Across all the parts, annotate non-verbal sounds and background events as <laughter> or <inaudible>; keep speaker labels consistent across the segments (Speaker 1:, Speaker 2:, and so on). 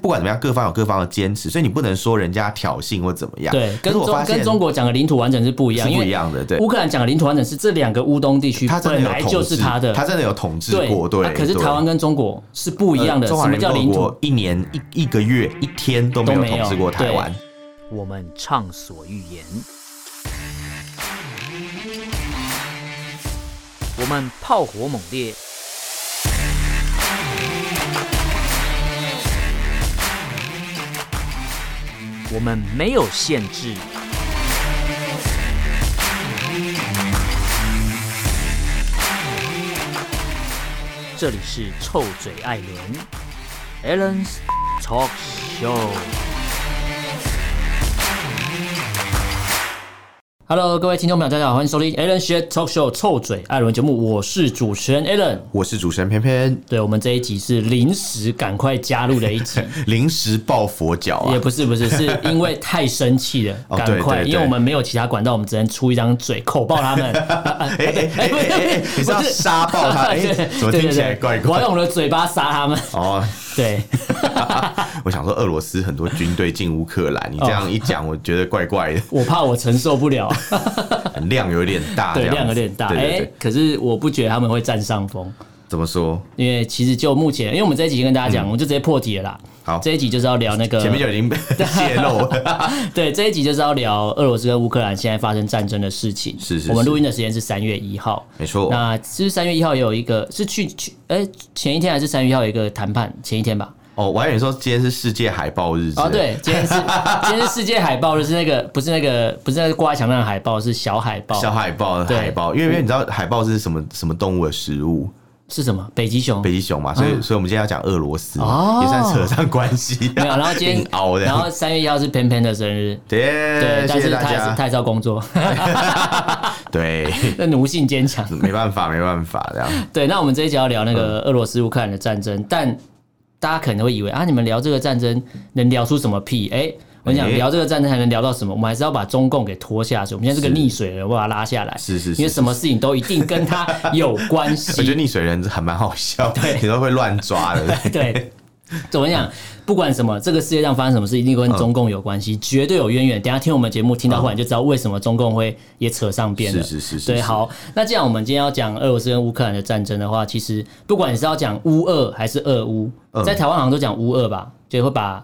Speaker 1: 不管怎么样，各方有各方的坚持，所以你不能说人家挑衅或怎么样。
Speaker 2: 对，
Speaker 1: 可
Speaker 2: 啊跟
Speaker 1: 是我发
Speaker 2: 中
Speaker 1: 现
Speaker 2: 跟中国讲的领土完整是不一样，
Speaker 1: 是
Speaker 2: 因
Speaker 1: 不一
Speaker 2: 为
Speaker 1: 样的，对。
Speaker 2: 乌克兰讲的领土完整是这两个乌东地区
Speaker 1: 他真的
Speaker 2: 本来
Speaker 1: 有统
Speaker 2: 就是
Speaker 1: 治，
Speaker 2: 他的，
Speaker 1: 他真的有统治
Speaker 2: 对
Speaker 1: 过，对。
Speaker 2: 啊可是
Speaker 1: 对
Speaker 2: 台湾跟中国是不一样的，
Speaker 1: 呃中
Speaker 2: 什
Speaker 1: 华
Speaker 2: 么
Speaker 1: 人
Speaker 2: 叫
Speaker 1: 民
Speaker 2: 领
Speaker 1: 共
Speaker 2: 土
Speaker 1: 国？一年一一个月一天都没
Speaker 2: 都
Speaker 1: 有
Speaker 2: 没有
Speaker 1: 统治过台湾。
Speaker 3: 我们畅所欲言；我们炮火猛烈；我们没有限制。这里是臭嘴艾伦 a l l e n s Talk Show。
Speaker 2: Hello，各位听众朋友，大家好，欢迎收听 Alan s h a t Talk Show 臭嘴艾伦节目，我是主持人 Alan。
Speaker 1: 我是主持人偏偏，
Speaker 2: 对我们这一集是临时赶快加入的一
Speaker 1: <laughs>
Speaker 2: 集，
Speaker 1: 临时抱佛脚
Speaker 2: 也
Speaker 1: 啊！
Speaker 2: 不是不是，是因为太生气了，
Speaker 1: <laughs> 哦
Speaker 2: 赶
Speaker 1: 对
Speaker 2: 快，
Speaker 1: 对对
Speaker 2: 因为我们没有其他管道，我们只能出一张嘴口爆
Speaker 1: <laughs>
Speaker 2: 他们。
Speaker 1: 哎哎哎哎哎，你是要杀爆
Speaker 2: <laughs>
Speaker 1: 他？哎，怎么听起来怪
Speaker 2: 我
Speaker 1: 怪
Speaker 2: 要？用我的嘴巴杀他们。
Speaker 1: 哦，
Speaker 2: 对，
Speaker 1: 我想说俄罗斯很多军队进乌克
Speaker 2: <laughs>
Speaker 1: 兰，你这样一
Speaker 2: 哦
Speaker 1: 讲，我觉得怪怪的，
Speaker 2: 我怕我承受
Speaker 1: <laughs>
Speaker 2: 不了，
Speaker 1: 量有点大，这
Speaker 2: 对
Speaker 1: 样子
Speaker 2: 量有点大。
Speaker 1: 对对
Speaker 2: 哎
Speaker 1: 对，，
Speaker 2: 可是我不觉得他们会占上风，
Speaker 1: 怎么说？
Speaker 2: 因为其实就目前，因为我们这一集跟大家讲，我们就直接破题了啦。
Speaker 1: 嗯好
Speaker 2: 这一集就是要聊那个
Speaker 1: 前面就已经被
Speaker 2: 呃
Speaker 1: <laughs> 泄露
Speaker 2: <laughs>
Speaker 1: 了，
Speaker 2: 对，这一集就是要聊俄罗斯跟乌克兰现在发生战争的事情。
Speaker 1: 是是哦
Speaker 2: 我们
Speaker 1: 是
Speaker 2: 录音的时间是三月一号。
Speaker 1: 没错。
Speaker 2: 那其实三月一号也有一个是去去，哎、前一天还是三月一号有一个谈判，前一天吧。
Speaker 1: 哦，我还以为说今天是世界海豹日之类
Speaker 2: 哦，
Speaker 1: 的，
Speaker 2: 对，今
Speaker 1: <laughs>
Speaker 2: 天是今天是世界海豹，就是那个不是那个不是那个挂在墙上的海豹，是小海豹。
Speaker 1: 小海豹，
Speaker 2: 对
Speaker 1: 海豹，因为因为你知道海豹是什么什么动物的食物？
Speaker 2: 是什么？北极熊。
Speaker 1: 北极熊嘛，所以所以我们今天要讲俄罗斯
Speaker 2: 嗯
Speaker 1: 嘛，
Speaker 2: 哦
Speaker 1: 也算扯上关系。 <laughs>
Speaker 2: 没有，然后今天
Speaker 1: 硬，凹的，
Speaker 2: 然后三月一号是偏偏的生日，对，
Speaker 1: 对，谢
Speaker 2: 但
Speaker 1: 谢
Speaker 2: 是
Speaker 1: 大
Speaker 2: 他也是
Speaker 1: 家
Speaker 2: 他。也是要工作， <laughs>
Speaker 1: 对， <laughs>
Speaker 2: 那奴性坚强。
Speaker 1: 没办法，没办法，这样
Speaker 2: 对，那我们这一集要聊那
Speaker 1: 嗯
Speaker 2: 个俄罗斯乌克兰的战争，但大家可能会以为啊，你们聊这个战争能聊出什么屁？哎、我跟你讲，
Speaker 1: 哎
Speaker 2: 聊这个战争还能聊到什么？我们还是要把中共给拖下水。我们现在这个
Speaker 1: 是
Speaker 2: 溺水人，我把它拉下来，
Speaker 1: 是是是
Speaker 2: 因为什么事情都一定跟他有
Speaker 1: <laughs>
Speaker 2: 关
Speaker 1: 我觉得
Speaker 2: 系。
Speaker 1: 溺水人还蛮好笑，你都会乱抓的。 <laughs> 对
Speaker 2: <laughs> 对，怎么讲？不管什么，这个世界上发生什么事，一定跟中共有关系，
Speaker 1: 嗯
Speaker 2: 绝对有渊源。等一下听我们节目听到后来，你就知道为什么中共会也扯上边了。
Speaker 1: 是是是是
Speaker 2: 对，
Speaker 1: 是
Speaker 2: 好，那既然我们今天要讲俄罗斯跟乌克兰的战争的话，其实不管你是要讲乌俄还是俄乌，
Speaker 1: 嗯
Speaker 2: 在台湾好像都讲乌俄吧，就会把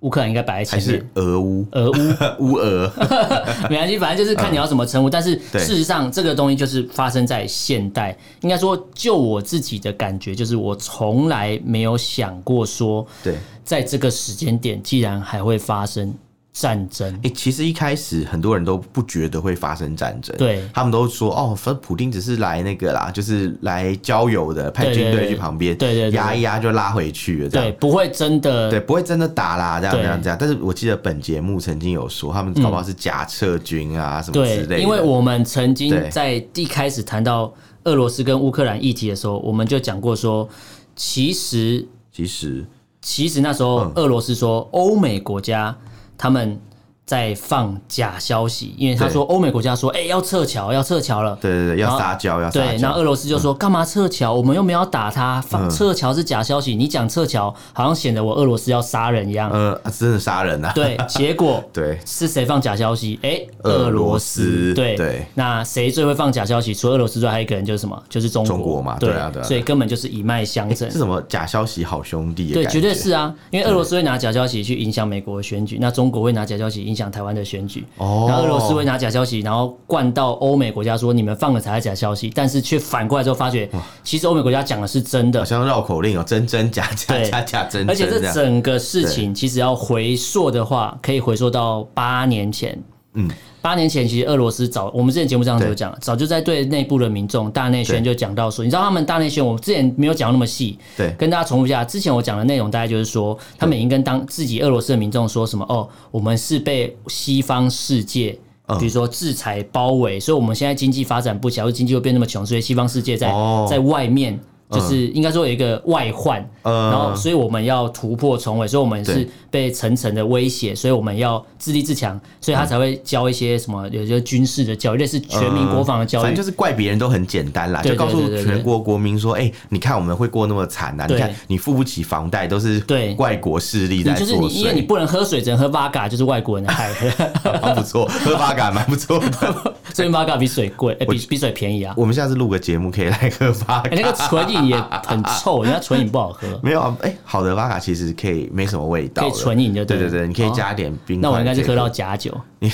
Speaker 2: 乌克兰应该摆在
Speaker 1: 还
Speaker 2: 前面
Speaker 1: 是。俄乌，呃
Speaker 2: 俄
Speaker 1: <laughs>
Speaker 2: 乌
Speaker 1: 乌俄，
Speaker 2: <laughs> 没关系，反正就是看你要怎么称呼。但是
Speaker 1: 嗯对
Speaker 2: 事实上，这个东西就是发生在现代。应该说，就我自己的感觉，就是我从来没有想过说，
Speaker 1: 对。
Speaker 2: 在这个时间点，既然还会发生战争，
Speaker 1: 欸，其实一开始很多人都不觉得会发生战争，
Speaker 2: 对
Speaker 1: 他们都说哦，反正普丁只是来那个啦，就是来交友的，派
Speaker 2: 对
Speaker 1: 军
Speaker 2: 对
Speaker 1: 队
Speaker 2: 对
Speaker 1: 去旁边，
Speaker 2: 对对对
Speaker 1: 压一压就拉回去了，这
Speaker 2: 对，
Speaker 1: 样。
Speaker 2: 不会真的
Speaker 1: 对，不会真的打啦，这样
Speaker 2: 对
Speaker 1: 这样这样。但是我记得本节目曾经有说，他们搞不好是假撤军啊、什么之类的。
Speaker 2: 嗯对，因为我们曾经
Speaker 1: 对
Speaker 2: 在一开始谈到俄罗斯跟乌克兰议题的时候，我们就讲过说，其实
Speaker 1: 其实
Speaker 2: 其实那时候
Speaker 1: 嗯
Speaker 2: 俄罗斯说欧美国家他们在放假消息，因为他
Speaker 1: 对
Speaker 2: 说欧美国家说，哎、要撤侨，要撤侨了。
Speaker 1: 对对对，
Speaker 2: 然
Speaker 1: 要
Speaker 2: 后
Speaker 1: 撒娇要撒
Speaker 2: 对，然后俄
Speaker 1: 娇，
Speaker 2: 罗斯就说干嘛撤侨？我们又没有要打他，放
Speaker 1: 嗯
Speaker 2: 撤侨是假消息。你讲撤侨，好像显得我俄罗斯要杀人一样。
Speaker 1: 呃，啊真的杀人 <laughs> 啊！
Speaker 2: 对，结果
Speaker 1: 对
Speaker 2: 是谁放假消息？哎，
Speaker 1: 俄
Speaker 2: 罗
Speaker 1: 罗斯
Speaker 2: 对
Speaker 1: 对
Speaker 2: 那谁最会放假消息？除了俄罗斯之外，还有一个人就是什么？就是中国
Speaker 1: 中国嘛
Speaker 2: 对
Speaker 1: 对啊对啊
Speaker 2: 所以根本就是一脉相承
Speaker 1: 是。什么假消息好兄弟的
Speaker 2: 对，
Speaker 1: 感
Speaker 2: 绝
Speaker 1: 觉？
Speaker 2: 对是啊，因为俄罗斯会拿假消息去影响美国的选举，那中国会拿假消息影响台湾的选举，
Speaker 1: 哦
Speaker 2: 然后俄罗斯会拿假消息，然后灌到欧美国家说你们放的才是假消息，但是却反过来之后发觉，其实欧美国家讲的是真的
Speaker 1: 好，像绕口令哦，真真假假
Speaker 2: 对
Speaker 1: 假假真
Speaker 2: 而
Speaker 1: 真
Speaker 2: 且
Speaker 1: 这
Speaker 2: 这
Speaker 1: 样。
Speaker 2: 整个事情其实要回溯的话，可以回溯到八年前。
Speaker 1: 嗯，
Speaker 2: 八年前其实俄罗斯早，我们之前节目上就有讲，早就在对内部的民众大内宣就讲到说，你知道他们大内宣，我们之前没有讲那么细，
Speaker 1: 对
Speaker 2: 跟大家重复一下，之前我讲的内容大概就是说，他们已经跟当自己俄罗斯的民众说什么哦，我们是被西方世界。
Speaker 1: 嗯
Speaker 2: 比如说制裁包围，所以我们现在经济发展不起来，或者经济会变那么穷，所以西方世界在、
Speaker 1: 哦
Speaker 2: 在外面就是应该说有一个外患，
Speaker 1: 嗯
Speaker 2: 然后所以我们要突破重围，所以我们是
Speaker 1: 对
Speaker 2: 被层层的威胁，所以我们要自立自强，所以
Speaker 1: 嗯
Speaker 2: 他才会教一些什么，有些军事的教育，类似全民国防的教
Speaker 1: 嗯反正
Speaker 2: 育
Speaker 1: 就。是怪别人都很简单啦，
Speaker 2: 对
Speaker 1: 就告诉
Speaker 2: 对对对对
Speaker 1: 全国国民说：“哎，你看我们会过那么惨啊呐，你
Speaker 2: 对
Speaker 1: 看你付不起房贷，都是
Speaker 2: 对
Speaker 1: 外国势力
Speaker 2: 你
Speaker 1: 在
Speaker 2: 就是你
Speaker 1: 作，
Speaker 2: 因为你
Speaker 1: 祟。
Speaker 2: 不能喝水，只能喝 Vaga，就是外国人的害。
Speaker 1: <laughs> 蛮不错，喝八嘎蛮不错
Speaker 2: <laughs>
Speaker 1: 的。
Speaker 2: 所以 Vaga 比水贵，哎比比水便宜啊。
Speaker 1: 我们下次录个节目可以来喝八
Speaker 2: 哎，那个
Speaker 1: 嘎。
Speaker 2: 纯饮也很
Speaker 1: <laughs>
Speaker 2: 臭，人家纯饮不好喝。
Speaker 1: 没有啊，哎，好的八嘎其实可以没什么味道
Speaker 2: 可
Speaker 1: 的，
Speaker 2: 以纯饮就
Speaker 1: 对
Speaker 2: 对
Speaker 1: 对
Speaker 2: 了哦
Speaker 1: 对，你可以加一点冰块之类的。
Speaker 2: 那我应该是喝到假酒，
Speaker 1: <laughs> 你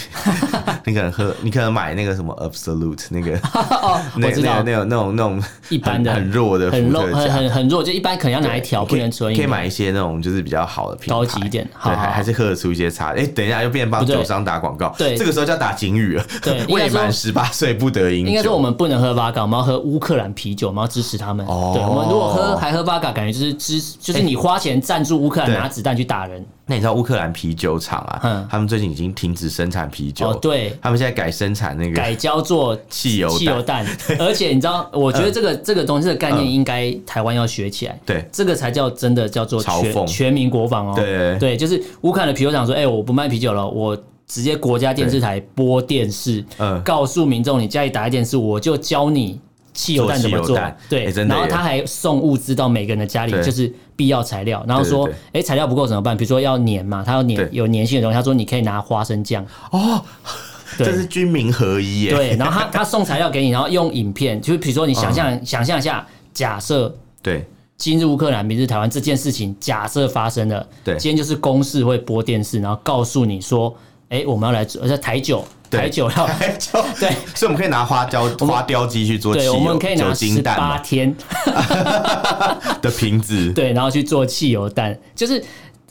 Speaker 1: 你可能喝，你可能买那个什么 Absolute 那个哦那
Speaker 2: <laughs> 哦我知
Speaker 1: 那
Speaker 2: 道
Speaker 1: 那种那种那种
Speaker 2: 一般的
Speaker 1: 很很弱的
Speaker 2: 很
Speaker 1: 伏
Speaker 2: 弱，
Speaker 1: 特
Speaker 2: 很
Speaker 1: 加。
Speaker 2: 很很弱，就一般可能要拿一条，
Speaker 1: 可
Speaker 2: 不
Speaker 1: 以
Speaker 2: 能纯饮。
Speaker 1: 可以买一些那种就是比较好的品牌，
Speaker 2: 高级一点好
Speaker 1: 对，
Speaker 2: 好
Speaker 1: 还
Speaker 2: 好
Speaker 1: 还是喝得出一些差。哎，等一下又变帮
Speaker 2: 不对
Speaker 1: 酒商打广告，
Speaker 2: 对
Speaker 1: 这个时候叫打警语了。 <laughs>
Speaker 2: 对应
Speaker 1: 未
Speaker 2: 该说
Speaker 1: 满十八岁不得饮酒。
Speaker 2: 应该说我们不能喝 v 嘎，我们要喝乌克兰啤酒，我们要支持他们。
Speaker 1: 哦
Speaker 2: 对，我们如果喝还喝 v 嘎，感觉就是支就是你花钱赞助乌克兰
Speaker 1: 对
Speaker 2: 拿子弹去打人。
Speaker 1: 那你知道乌克兰啤酒厂啊
Speaker 2: 嗯，
Speaker 1: 他们最近已经停止生产啤酒，
Speaker 2: 哦，，对，
Speaker 1: 他们现在改生产那个
Speaker 2: 改叫做
Speaker 1: 汽油
Speaker 2: 汽油
Speaker 1: 弹 <laughs> 嗯
Speaker 2: 弹，而且你知道，我觉得这个这个东西的概念应该台湾要学起来。
Speaker 1: 对
Speaker 2: 这个才叫真的叫做
Speaker 1: 嘲讽
Speaker 2: 全全民国防哦。
Speaker 1: 对
Speaker 2: 对，就是乌克兰的啤酒厂说，哎，我不卖啤酒了，我。直接国家电视台播电视，
Speaker 1: 嗯
Speaker 2: 告诉民众你家里打开电视，我就教你汽油弹怎么
Speaker 1: 做汽
Speaker 2: 做
Speaker 1: 油弹。
Speaker 2: 对，
Speaker 1: 哎真的
Speaker 2: 然后
Speaker 1: 耶
Speaker 2: 他还送物资到每个人的家里
Speaker 1: 对，
Speaker 2: 就是必要材料。然后说
Speaker 1: 对对，
Speaker 2: 哎，材料不够怎么办？比如说要粘嘛，他要粘
Speaker 1: 对
Speaker 2: 有粘性的东西，他说你可以拿花生酱。
Speaker 1: 哦，
Speaker 2: 对
Speaker 1: 这是军民合一耶。 <laughs>
Speaker 2: 对，然后他他送材料给你，然后用影片，就是比如说你想
Speaker 1: 嗯
Speaker 2: 象、想象一下，假设
Speaker 1: 对
Speaker 2: 今日乌克兰，明日台湾这件事情，假设发生了，
Speaker 1: 对
Speaker 2: 今天就是公视会播电视，然后告诉你说，哎、我们要来做，而且台酒，
Speaker 1: <laughs> 对
Speaker 2: 台酒要。
Speaker 1: 台酒，
Speaker 2: 对，
Speaker 1: 所以我们可以拿花
Speaker 2: <laughs>
Speaker 1: 雕花雕鸡去做汽
Speaker 2: 对，
Speaker 1: 油
Speaker 2: 我们可以
Speaker 1: 酒
Speaker 2: 拿十
Speaker 1: 精弹
Speaker 2: 八
Speaker 1: 嘛
Speaker 2: 天，
Speaker 1: 的瓶子，
Speaker 2: <laughs> 对，然后去做汽油弹。就是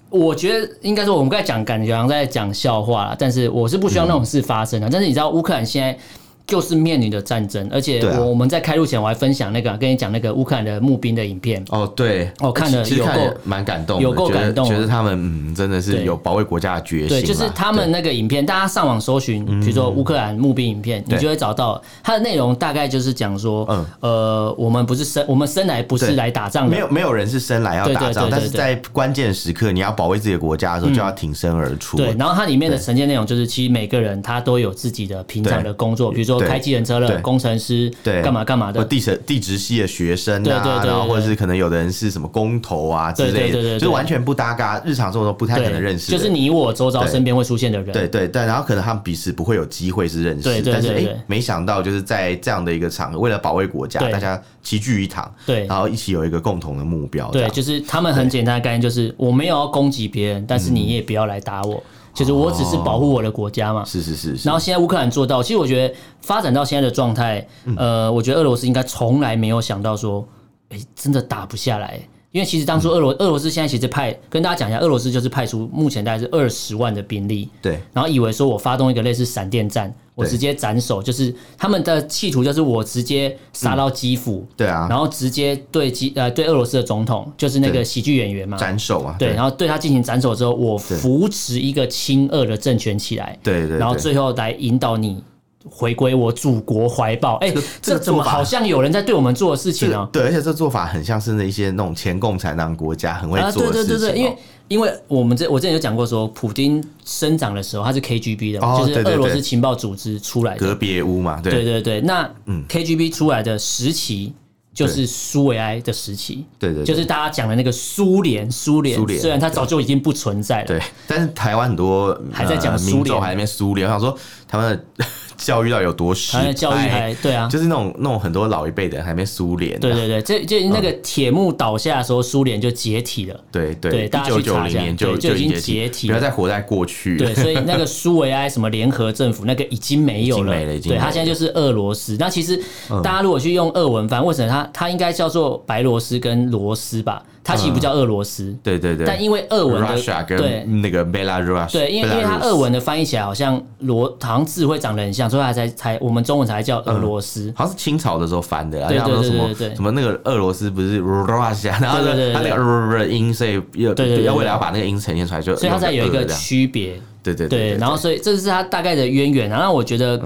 Speaker 2: 我觉得应该说，我们刚才讲感觉好像在讲笑话啦，但是我是不希
Speaker 1: 嗯
Speaker 2: 望那种事发生的。但是你知道，乌克兰现在就是面临着战争，而且
Speaker 1: 对啊
Speaker 2: 我我们在开录前我还分享那个跟你讲那个乌克兰的募兵的影片，
Speaker 1: 哦，对，
Speaker 2: 哦看了
Speaker 1: 其实
Speaker 2: 有
Speaker 1: 看
Speaker 2: 够
Speaker 1: 了蛮感动的，
Speaker 2: 有够
Speaker 1: 觉得
Speaker 2: 感动
Speaker 1: 觉得他们嗯真的是
Speaker 2: 对
Speaker 1: 有保卫国家的决心
Speaker 2: 对，
Speaker 1: 啦，
Speaker 2: 就是他们那个影片，大家上网搜寻，比如说乌克兰募兵影片，你
Speaker 1: 嗯对
Speaker 2: 就会找到它的内容，大概就是讲说
Speaker 1: 嗯，
Speaker 2: 呃，我们不是生，我们生来不
Speaker 1: 对
Speaker 2: 是来打
Speaker 1: 对。
Speaker 2: 仗的，
Speaker 1: 没有没有人是生来要
Speaker 2: 对对
Speaker 1: 打仗，
Speaker 2: 对对
Speaker 1: 但是
Speaker 2: 对嗯
Speaker 1: 在关键时刻你要保卫自己的国家的时候，就要挺身而出。
Speaker 2: 对，然后它里面的
Speaker 1: 对
Speaker 2: 呈现内容就是，其实每个人他都有自己的平常的工作，比如说
Speaker 1: 对
Speaker 2: 开机人车
Speaker 1: 对
Speaker 2: 了、工程师，
Speaker 1: 对，
Speaker 2: 干嘛干嘛
Speaker 1: 或
Speaker 2: 的。
Speaker 1: 地质地质系的学生
Speaker 2: 对对对
Speaker 1: 啊，
Speaker 2: 对
Speaker 1: 然后或者
Speaker 2: 对
Speaker 1: 是可能有的人是什么工头啊之
Speaker 2: 对对
Speaker 1: 类的
Speaker 2: 对对，对
Speaker 1: 就是完全不搭嘎，日常生活中不太可能认识的
Speaker 2: 就
Speaker 1: 人，
Speaker 2: 是你我周遭身边会出现的人，
Speaker 1: 对对，但然后可能他们彼此不会有机会是认识，
Speaker 2: 对对
Speaker 1: 但是
Speaker 2: 对
Speaker 1: 诶
Speaker 2: 对
Speaker 1: 没想到就是在这样的一个场合，为了保卫国家，
Speaker 2: 对
Speaker 1: 大家齐聚一堂，
Speaker 2: 对
Speaker 1: 然后一起有一个共同的目标，这
Speaker 2: 对，
Speaker 1: 样
Speaker 2: 就是他们很简单的概念，就是我没有要攻击别人，但是
Speaker 1: 嗯
Speaker 2: 你也不要来打我，就是我只是保护我的国家嘛。
Speaker 1: 是是是是
Speaker 2: 然，后现在乌克兰做到，其实我觉得发展到现在的状态，
Speaker 1: 嗯
Speaker 2: 呃，我觉得俄罗斯应该从来没有想到说，哎、真的打不下来。因为其实当
Speaker 1: 嗯
Speaker 2: 初俄罗、俄罗斯现在其实派跟大家讲一下，俄罗斯就是派出目前大概是二十万的兵力，
Speaker 1: 对
Speaker 2: 然后以为说我发动一个类似闪电战，我
Speaker 1: 对
Speaker 2: 直接斩首，就是他们的企图就是我直接杀到基辅，
Speaker 1: 对啊，
Speaker 2: 然后直接对基呃对俄罗斯的总统，就是那
Speaker 1: 对
Speaker 2: 个喜剧演员嘛，
Speaker 1: 斩首啊嘛，
Speaker 2: 对，然后对他进行斩首之后，我扶持一个亲俄的政权起来，
Speaker 1: 对对对
Speaker 2: 然后最后来引导你回归我祖国怀抱。哎、
Speaker 1: 个这
Speaker 2: 这
Speaker 1: 个
Speaker 2: 怎么
Speaker 1: 做法
Speaker 2: 好像有人在对我们做的事
Speaker 1: 这
Speaker 2: 情
Speaker 1: 个
Speaker 2: 啊？
Speaker 1: 对，而且这做法很像是那一些那种前共产党国家很会
Speaker 2: 啊，对
Speaker 1: 做的
Speaker 2: 对
Speaker 1: 事情
Speaker 2: 对
Speaker 1: 哦，
Speaker 2: 对，因为因为我们这我之前有讲过说，普丁生长的时候他是 KGB 的嘛，
Speaker 1: 哦
Speaker 2: 就是
Speaker 1: 对对
Speaker 2: 俄罗斯
Speaker 1: 对
Speaker 2: 情报组织出来的，
Speaker 1: 隔别屋嘛，
Speaker 2: 对
Speaker 1: 对嗯
Speaker 2: 对对，那 KGB 出来的时期就是苏维埃的时期，
Speaker 1: 对对对
Speaker 2: 就是大家讲的那个苏联，苏联
Speaker 1: 苏联
Speaker 2: 虽然它早就已经不存在了，
Speaker 1: 对，但是台湾很多
Speaker 2: 还在讲
Speaker 1: 呃
Speaker 2: 苏联
Speaker 1: 民众还在那边苏联，我想说台湾的 <laughs> 教育到底有多失
Speaker 2: 台湾
Speaker 1: 败，
Speaker 2: 的教育
Speaker 1: 哎
Speaker 2: 还
Speaker 1: <laughs>
Speaker 2: 对啊。
Speaker 1: 就是那种那种很多老一辈的人还没苏联，啊
Speaker 2: 对对对，这就那个铁幕倒下的时候，苏联就解体了。
Speaker 1: 对对，
Speaker 2: 对
Speaker 1: 一
Speaker 2: 大家
Speaker 1: 九
Speaker 2: 去
Speaker 1: 九
Speaker 2: 查
Speaker 1: 零
Speaker 2: 一下
Speaker 1: 年就
Speaker 2: 对就已经
Speaker 1: 解
Speaker 2: 解体
Speaker 1: 不要
Speaker 2: 了
Speaker 1: 再活在过去。
Speaker 2: 对，所以那个苏维埃什么联合政府那个已经没有
Speaker 1: 已经
Speaker 2: 了，
Speaker 1: 没了已嗯经
Speaker 2: 对，它
Speaker 1: 没
Speaker 2: 现在就是俄罗斯。那其实大家如果去用俄文翻，为什么它它应该叫做白罗斯跟罗斯吧？它其实不叫俄罗斯，
Speaker 1: 对对对，
Speaker 2: 但因为俄文的
Speaker 1: Russia
Speaker 2: 对
Speaker 1: 跟那个 Belarus，
Speaker 2: 对，因为因为它
Speaker 1: Belarus
Speaker 2: 俄文的翻译起来好像罗，好像字会长得很像，所以它才才我们中文才叫俄罗斯。
Speaker 1: 好像是清朝的时候翻的啦，
Speaker 2: 对对
Speaker 1: 像说什
Speaker 2: 对
Speaker 1: 么
Speaker 2: 对对对
Speaker 1: 什么那个俄罗斯不是 Russia，然后
Speaker 2: 对对对
Speaker 1: 它那个音，所以要
Speaker 2: 对对对对
Speaker 1: 要为了要把那个音呈现出来，就
Speaker 2: 所以它才有一
Speaker 1: 用
Speaker 2: 个
Speaker 1: 俄这样
Speaker 2: 区别，
Speaker 1: 对对嗯
Speaker 2: 对，然后所以这是它大概的渊源啊。然后我觉得，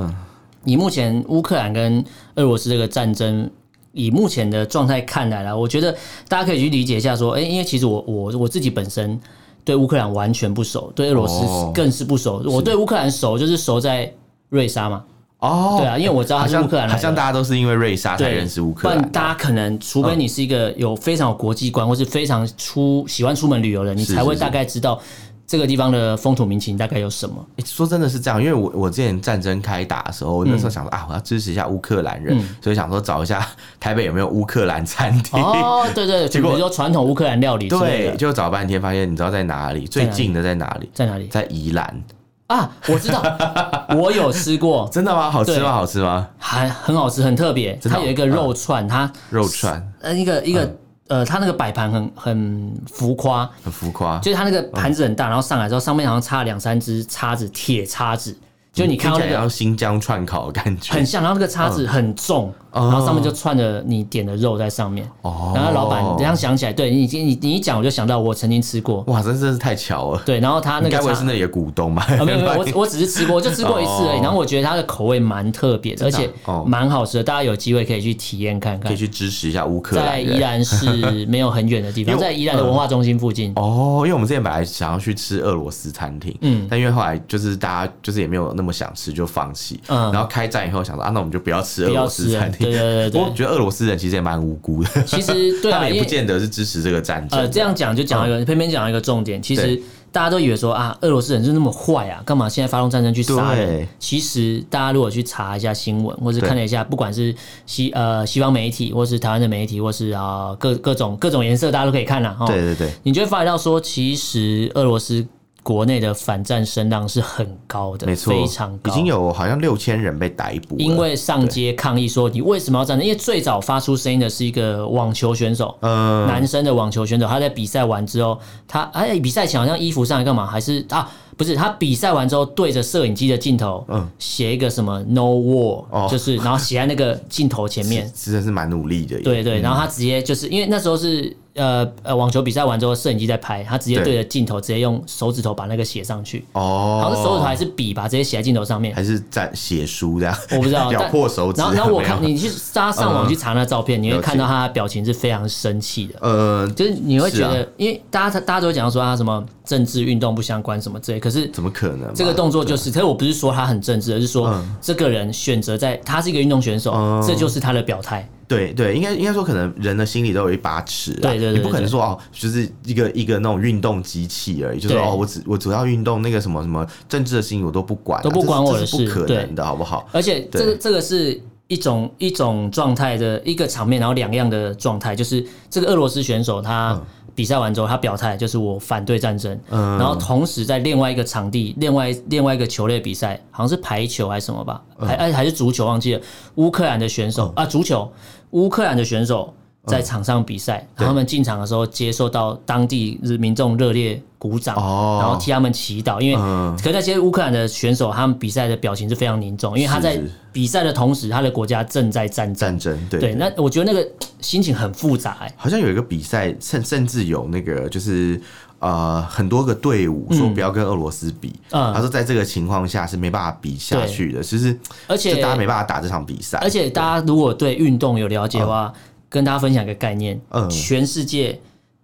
Speaker 2: 以目前乌克兰跟俄罗斯这个战争以目前的状态看来啦，我觉得大家可以去理解一下，说，哎、因为其实我我我自己本身对乌克兰完全不熟，对俄罗
Speaker 1: 哦
Speaker 2: 斯更是不熟。我对乌克兰熟就是熟在瑞莎嘛，
Speaker 1: 哦，
Speaker 2: 对啊，因为我知道
Speaker 1: 好
Speaker 2: 他是
Speaker 1: 像
Speaker 2: 乌克兰来
Speaker 1: 好
Speaker 2: 的，
Speaker 1: 像大家都是因为瑞莎才
Speaker 2: 对
Speaker 1: 认识乌克
Speaker 2: 不
Speaker 1: 兰嗯
Speaker 2: 然
Speaker 1: 的，
Speaker 2: 大家可能，除非你是一个有非常有国际观，或是非常出喜欢出门旅游的，你
Speaker 1: 是
Speaker 2: 才会
Speaker 1: 是
Speaker 2: 大概知道这个地方的风土民情大概有什么。
Speaker 1: 欸说真的是这样，因为我我之前战争开打的时候，我那时候想说、啊，我要支持一下乌克兰人，
Speaker 2: 嗯
Speaker 1: 所以想说找一下台北有没有乌克兰餐厅。 <laughs>
Speaker 2: 哦，对对，
Speaker 1: 结果
Speaker 2: 比如说传统乌克兰料理之类
Speaker 1: 对，
Speaker 2: 的，啊
Speaker 1: 就找半天，发现你知道在哪里？
Speaker 2: 哪
Speaker 1: 最
Speaker 2: 里
Speaker 1: 近的在哪里？
Speaker 2: 在哪里
Speaker 1: 在宜兰。
Speaker 2: 啊？我知道， <laughs> 我有吃过，
Speaker 1: 真的吗？好吃
Speaker 2: 对
Speaker 1: 吗？好吃吗？
Speaker 2: 还很好吃，很特别。
Speaker 1: 真的
Speaker 2: 它
Speaker 1: 哦嗯
Speaker 2: 有一个肉串，它
Speaker 1: 肉串
Speaker 2: 呃一个一个呃，它那个摆盘很很浮夸，
Speaker 1: 很浮夸，
Speaker 2: 就是它那个盘子很大，然后上来之后上面好像插两三只叉子，铁叉子，就你看到那
Speaker 1: 听起
Speaker 2: 个
Speaker 1: 来要新疆串烤的感觉
Speaker 2: 很。像，然后那个叉子很重，
Speaker 1: 哦
Speaker 2: 然后上面就串着你点的肉在上面。
Speaker 1: 哦
Speaker 2: 然后老板这样想起来，对你你你一讲我就想到我曾经吃过，
Speaker 1: 哇，真真是太巧了。
Speaker 2: 对，然后他
Speaker 1: 你
Speaker 2: 那个
Speaker 1: 该不会
Speaker 2: 叉
Speaker 1: 是那里的股东吧？
Speaker 2: 啊，没
Speaker 1: <laughs>
Speaker 2: 有没有，我只我只是吃过，我就吃过一次而
Speaker 1: 哦
Speaker 2: 已。然后我觉得它的口味蛮特别的，而
Speaker 1: 的啊
Speaker 2: 且
Speaker 1: 哦
Speaker 2: 蛮好吃的，大家有机会可以去体验看
Speaker 1: 可
Speaker 2: 看
Speaker 1: 以。去支持一下乌克
Speaker 2: 在啊
Speaker 1: 兰
Speaker 2: 宜
Speaker 1: 人。
Speaker 2: 兰是没有很远的
Speaker 1: <laughs>
Speaker 2: 地
Speaker 1: 因为
Speaker 2: 方，
Speaker 1: 我嗯
Speaker 2: 在宜兰的文化中心附近。
Speaker 1: 哦，因为我们之前本来想要去吃俄罗斯餐厅，嗯，但因为后来就是大家就是也没有那么想吃，就放弃。
Speaker 2: 嗯
Speaker 1: 然后开战以后想说啊，那我们就不要吃俄
Speaker 2: 不要
Speaker 1: 罗斯
Speaker 2: 吃
Speaker 1: 餐
Speaker 2: 了，
Speaker 1: 厅。
Speaker 2: 对对对
Speaker 1: 不过我
Speaker 2: 对。
Speaker 1: 觉得俄罗斯人其实也蛮无辜的，
Speaker 2: <laughs> 其实对
Speaker 1: <laughs> 他
Speaker 2: 啊，
Speaker 1: 们也
Speaker 2: 因
Speaker 1: 不
Speaker 2: 为
Speaker 1: 见得是支持这个战争。
Speaker 2: 呃，这样讲就讲到一
Speaker 1: 嗯
Speaker 2: 个，偏偏讲到一个重点。其实大家都以为说啊，俄罗斯人就那么坏啊，干嘛现在发动战争去杀
Speaker 1: 对
Speaker 2: 人？其实大家如果去查一下新闻，或是
Speaker 1: 对
Speaker 2: 看了一下，不管是西呃西方媒体，或是台湾的媒体，或是啊、各各种各种颜色，大家都可以看啦。哦
Speaker 1: 对对对，
Speaker 2: 你就会发觉到说，其实俄罗斯国内的反战声浪是很高的，
Speaker 1: 没错，
Speaker 2: 非常
Speaker 1: 已
Speaker 2: 高，
Speaker 1: 经有好像六千人被逮捕了，
Speaker 2: 因为上街抗议说你为什么要战争？因为最早发出声音的是一个网球选手，
Speaker 1: 呃，
Speaker 2: 男生的网球选手，他在比赛完之后，他哎比赛前好像衣服上来干嘛？还是啊不是他比赛完之后对着摄影机的镜头，
Speaker 1: 嗯
Speaker 2: 写一个什么 “no war”，、
Speaker 1: 哦
Speaker 2: 就是然后写在那个镜头
Speaker 1: <laughs>
Speaker 2: 前面，
Speaker 1: 真的是蛮努力的耶。
Speaker 2: 对对，然后他直接就是因为那时候是呃呃网球比赛完之后，摄影机在拍，他直接
Speaker 1: 对
Speaker 2: 对着镜头直接用手指头把那个写上去，
Speaker 1: 哦，
Speaker 2: 好像是手指头还是笔吧，直接写在镜头上面。
Speaker 1: 还是在写书这样，
Speaker 2: 我不知
Speaker 1: <laughs>
Speaker 2: 道，
Speaker 1: 咬
Speaker 2: 但
Speaker 1: 破手指。
Speaker 2: 然后，然后我看
Speaker 1: 有没有嗯
Speaker 2: 你去大家上网去查那照片，你会
Speaker 1: 了解
Speaker 2: 看到他的表情是非常生气的，
Speaker 1: 呃，
Speaker 2: 就是你会觉
Speaker 1: 是
Speaker 2: 得，因为大家大家都会讲说他什么政治运动不相关什么之类，可是
Speaker 1: 怎么可能嘛？
Speaker 2: 这个动作就是，可是我不是说他很政治，而是说
Speaker 1: 嗯
Speaker 2: 这个人选择在他是一个运动选手，
Speaker 1: 哦
Speaker 2: 这就是他的表态。
Speaker 1: 对对，应该应该说，可能人的心里都有一把尺啦，
Speaker 2: 对对对对
Speaker 1: 你不可能说哦，就是一个一个那种运动机器而已，就是
Speaker 2: 对
Speaker 1: 哦，我只我主要运动那个什么什么政治的事情我都不管啊，
Speaker 2: 都不管我的
Speaker 1: 这是这是
Speaker 2: 事
Speaker 1: 不可
Speaker 2: 对
Speaker 1: 能的，好不好？
Speaker 2: 而且这个这个是一种一种状态的一个场面，然后两样的状态，就是这个俄罗斯选手他比赛完之后，他表态就是我反对战争，
Speaker 1: 嗯
Speaker 2: 然后同时在另外一个场地，另外另外一个球类比赛，好像是排球还是什么吧，
Speaker 1: 嗯
Speaker 2: 还、哎还是足球忘记了，乌克兰的选手、啊足球，乌克兰的选
Speaker 1: 嗯
Speaker 2: 手。在场上比赛，然后他们进场的时候接受到当地民众热烈鼓掌，
Speaker 1: 哦
Speaker 2: 然后替他们祈祷，因为
Speaker 1: 嗯
Speaker 2: 可那些乌克兰的选手，他们比赛的表情是非常凝重，因为他在
Speaker 1: 是
Speaker 2: 比赛的同时，他的国家正在战
Speaker 1: 战
Speaker 2: 争。
Speaker 1: 争对
Speaker 2: 对，那我觉得那个心情很复杂、欸。
Speaker 1: 好像有一个比赛，甚甚至有那个就是呃很多个队伍说不要跟俄罗斯比，
Speaker 2: 嗯
Speaker 1: 他说在这个情况下是没办法比下去的，其实
Speaker 2: 而且
Speaker 1: 就大家没办法打这场比赛，
Speaker 2: 而且大家如果对运动有了解的话，跟大家分享一个概念：
Speaker 1: 嗯
Speaker 2: 全世界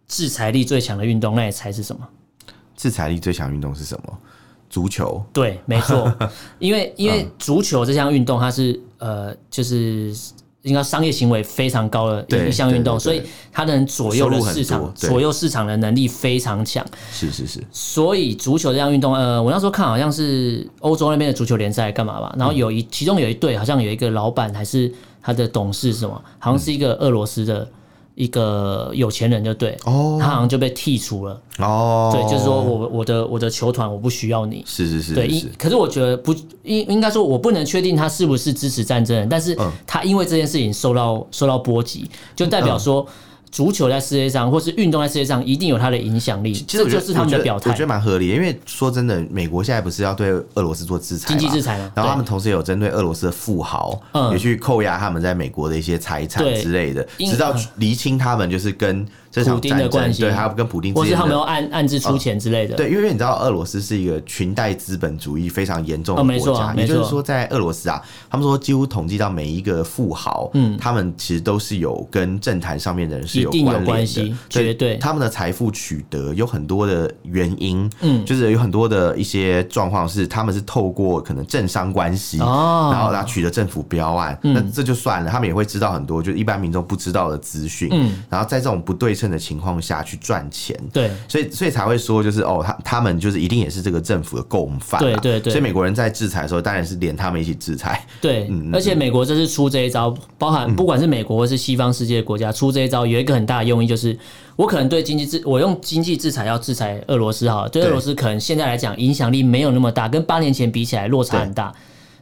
Speaker 2: 制裁力最强的运动，那你猜是什么？
Speaker 1: 制裁力最强运动是什么？足球
Speaker 2: 对，没
Speaker 1: <laughs>
Speaker 2: 错，因为因
Speaker 1: 嗯
Speaker 2: 为足球这项运动，它是呃，就是应该商业行为非常高的
Speaker 1: 对
Speaker 2: 一一项运动，
Speaker 1: 对
Speaker 2: 所
Speaker 1: 对对
Speaker 2: 以它能左右
Speaker 1: 收
Speaker 2: 了
Speaker 1: 入很
Speaker 2: 市
Speaker 1: 多
Speaker 2: 场，
Speaker 1: 对
Speaker 2: 左右市场的能力非常强。
Speaker 1: 是是是，
Speaker 2: 所以足球这项运动，呃，我那时候看好像是欧洲那边的足球联赛干嘛吧，然后
Speaker 1: 嗯
Speaker 2: 有一其中有一队好像有一个老板还是他的董事是什么，好像是一个俄罗斯的一个有钱人就对，
Speaker 1: 哦
Speaker 2: 他好像就被剔除了，
Speaker 1: 哦，
Speaker 2: 对，就是说我我的我的球团我不需要你，
Speaker 1: 是是是
Speaker 2: 对，
Speaker 1: 是
Speaker 2: 因
Speaker 1: 是
Speaker 2: 可是我觉得不应应该说，我不能确定他是不是支持战争的人，但是
Speaker 1: 嗯
Speaker 2: 他因为这件事情受到受到波及，就代表说。
Speaker 1: 嗯
Speaker 2: 足球在世界上，或是运动在世界上，一定有它的影响力，
Speaker 1: 其实我
Speaker 2: 这
Speaker 1: 觉
Speaker 2: 就
Speaker 1: 得
Speaker 2: 是他们的表
Speaker 1: 我觉
Speaker 2: 态
Speaker 1: 得我觉得。蛮合理的，因为说真的，美国现在不是要对俄罗斯做制裁嘛，
Speaker 2: 经济制裁嘛
Speaker 1: 然后他
Speaker 2: 对
Speaker 1: 们同时有针对俄罗斯的富豪，
Speaker 2: 嗯
Speaker 1: 也去扣押他们在美国的一些财产
Speaker 2: 对
Speaker 1: 之类的，
Speaker 2: 因嗯
Speaker 1: 直到厘清他们就是跟这场
Speaker 2: 普丁的
Speaker 1: 战
Speaker 2: 关
Speaker 1: 争，
Speaker 2: 系
Speaker 1: 对他跟普丁之
Speaker 2: 或是
Speaker 1: 间
Speaker 2: 他们
Speaker 1: 的
Speaker 2: 要暗暗自出钱之类的。
Speaker 1: 嗯对，因为你知道俄罗斯是一个裙带资本主义非常严重的
Speaker 2: 哦没
Speaker 1: 国
Speaker 2: 错
Speaker 1: 家，
Speaker 2: 啊
Speaker 1: 也
Speaker 2: 没
Speaker 1: 就是
Speaker 2: 错
Speaker 1: 说，在俄罗斯啊，他们说几乎统计到每一个富豪，嗯，他们其实都是有跟政坛上面的人是
Speaker 2: 一
Speaker 1: 有
Speaker 2: 定有
Speaker 1: 关联
Speaker 2: 关
Speaker 1: 的，
Speaker 2: 系
Speaker 1: 所以
Speaker 2: 绝对
Speaker 1: 他们的财富取得有很多的原因，嗯，就是有很多的一些状况是他们是透过可能政商关系，
Speaker 2: 哦嗯
Speaker 1: 然后来取得政府标案，那这就算了，他们也会知道很多就是一般民众不知道的资讯，
Speaker 2: 嗯，
Speaker 1: 然后在这种不对称的情况下去赚钱，
Speaker 2: 对
Speaker 1: 所以所以才会说，就是哦，他他们就是一定也是这个政府的共犯啦，
Speaker 2: 对对对
Speaker 1: 所以美国人在制裁的时候，当然是连他们一起制裁。
Speaker 2: 对，
Speaker 1: 嗯
Speaker 2: 而且美国这次出这一招，包含不管是美国或是西方世界国家出这一招，有一个很大的用意就是，我可能对经济制，我用经济制裁要制裁俄罗斯好了，对
Speaker 1: 对
Speaker 2: 俄罗斯可能现在来讲影响力没有那么大，跟八年前比起来落差很大。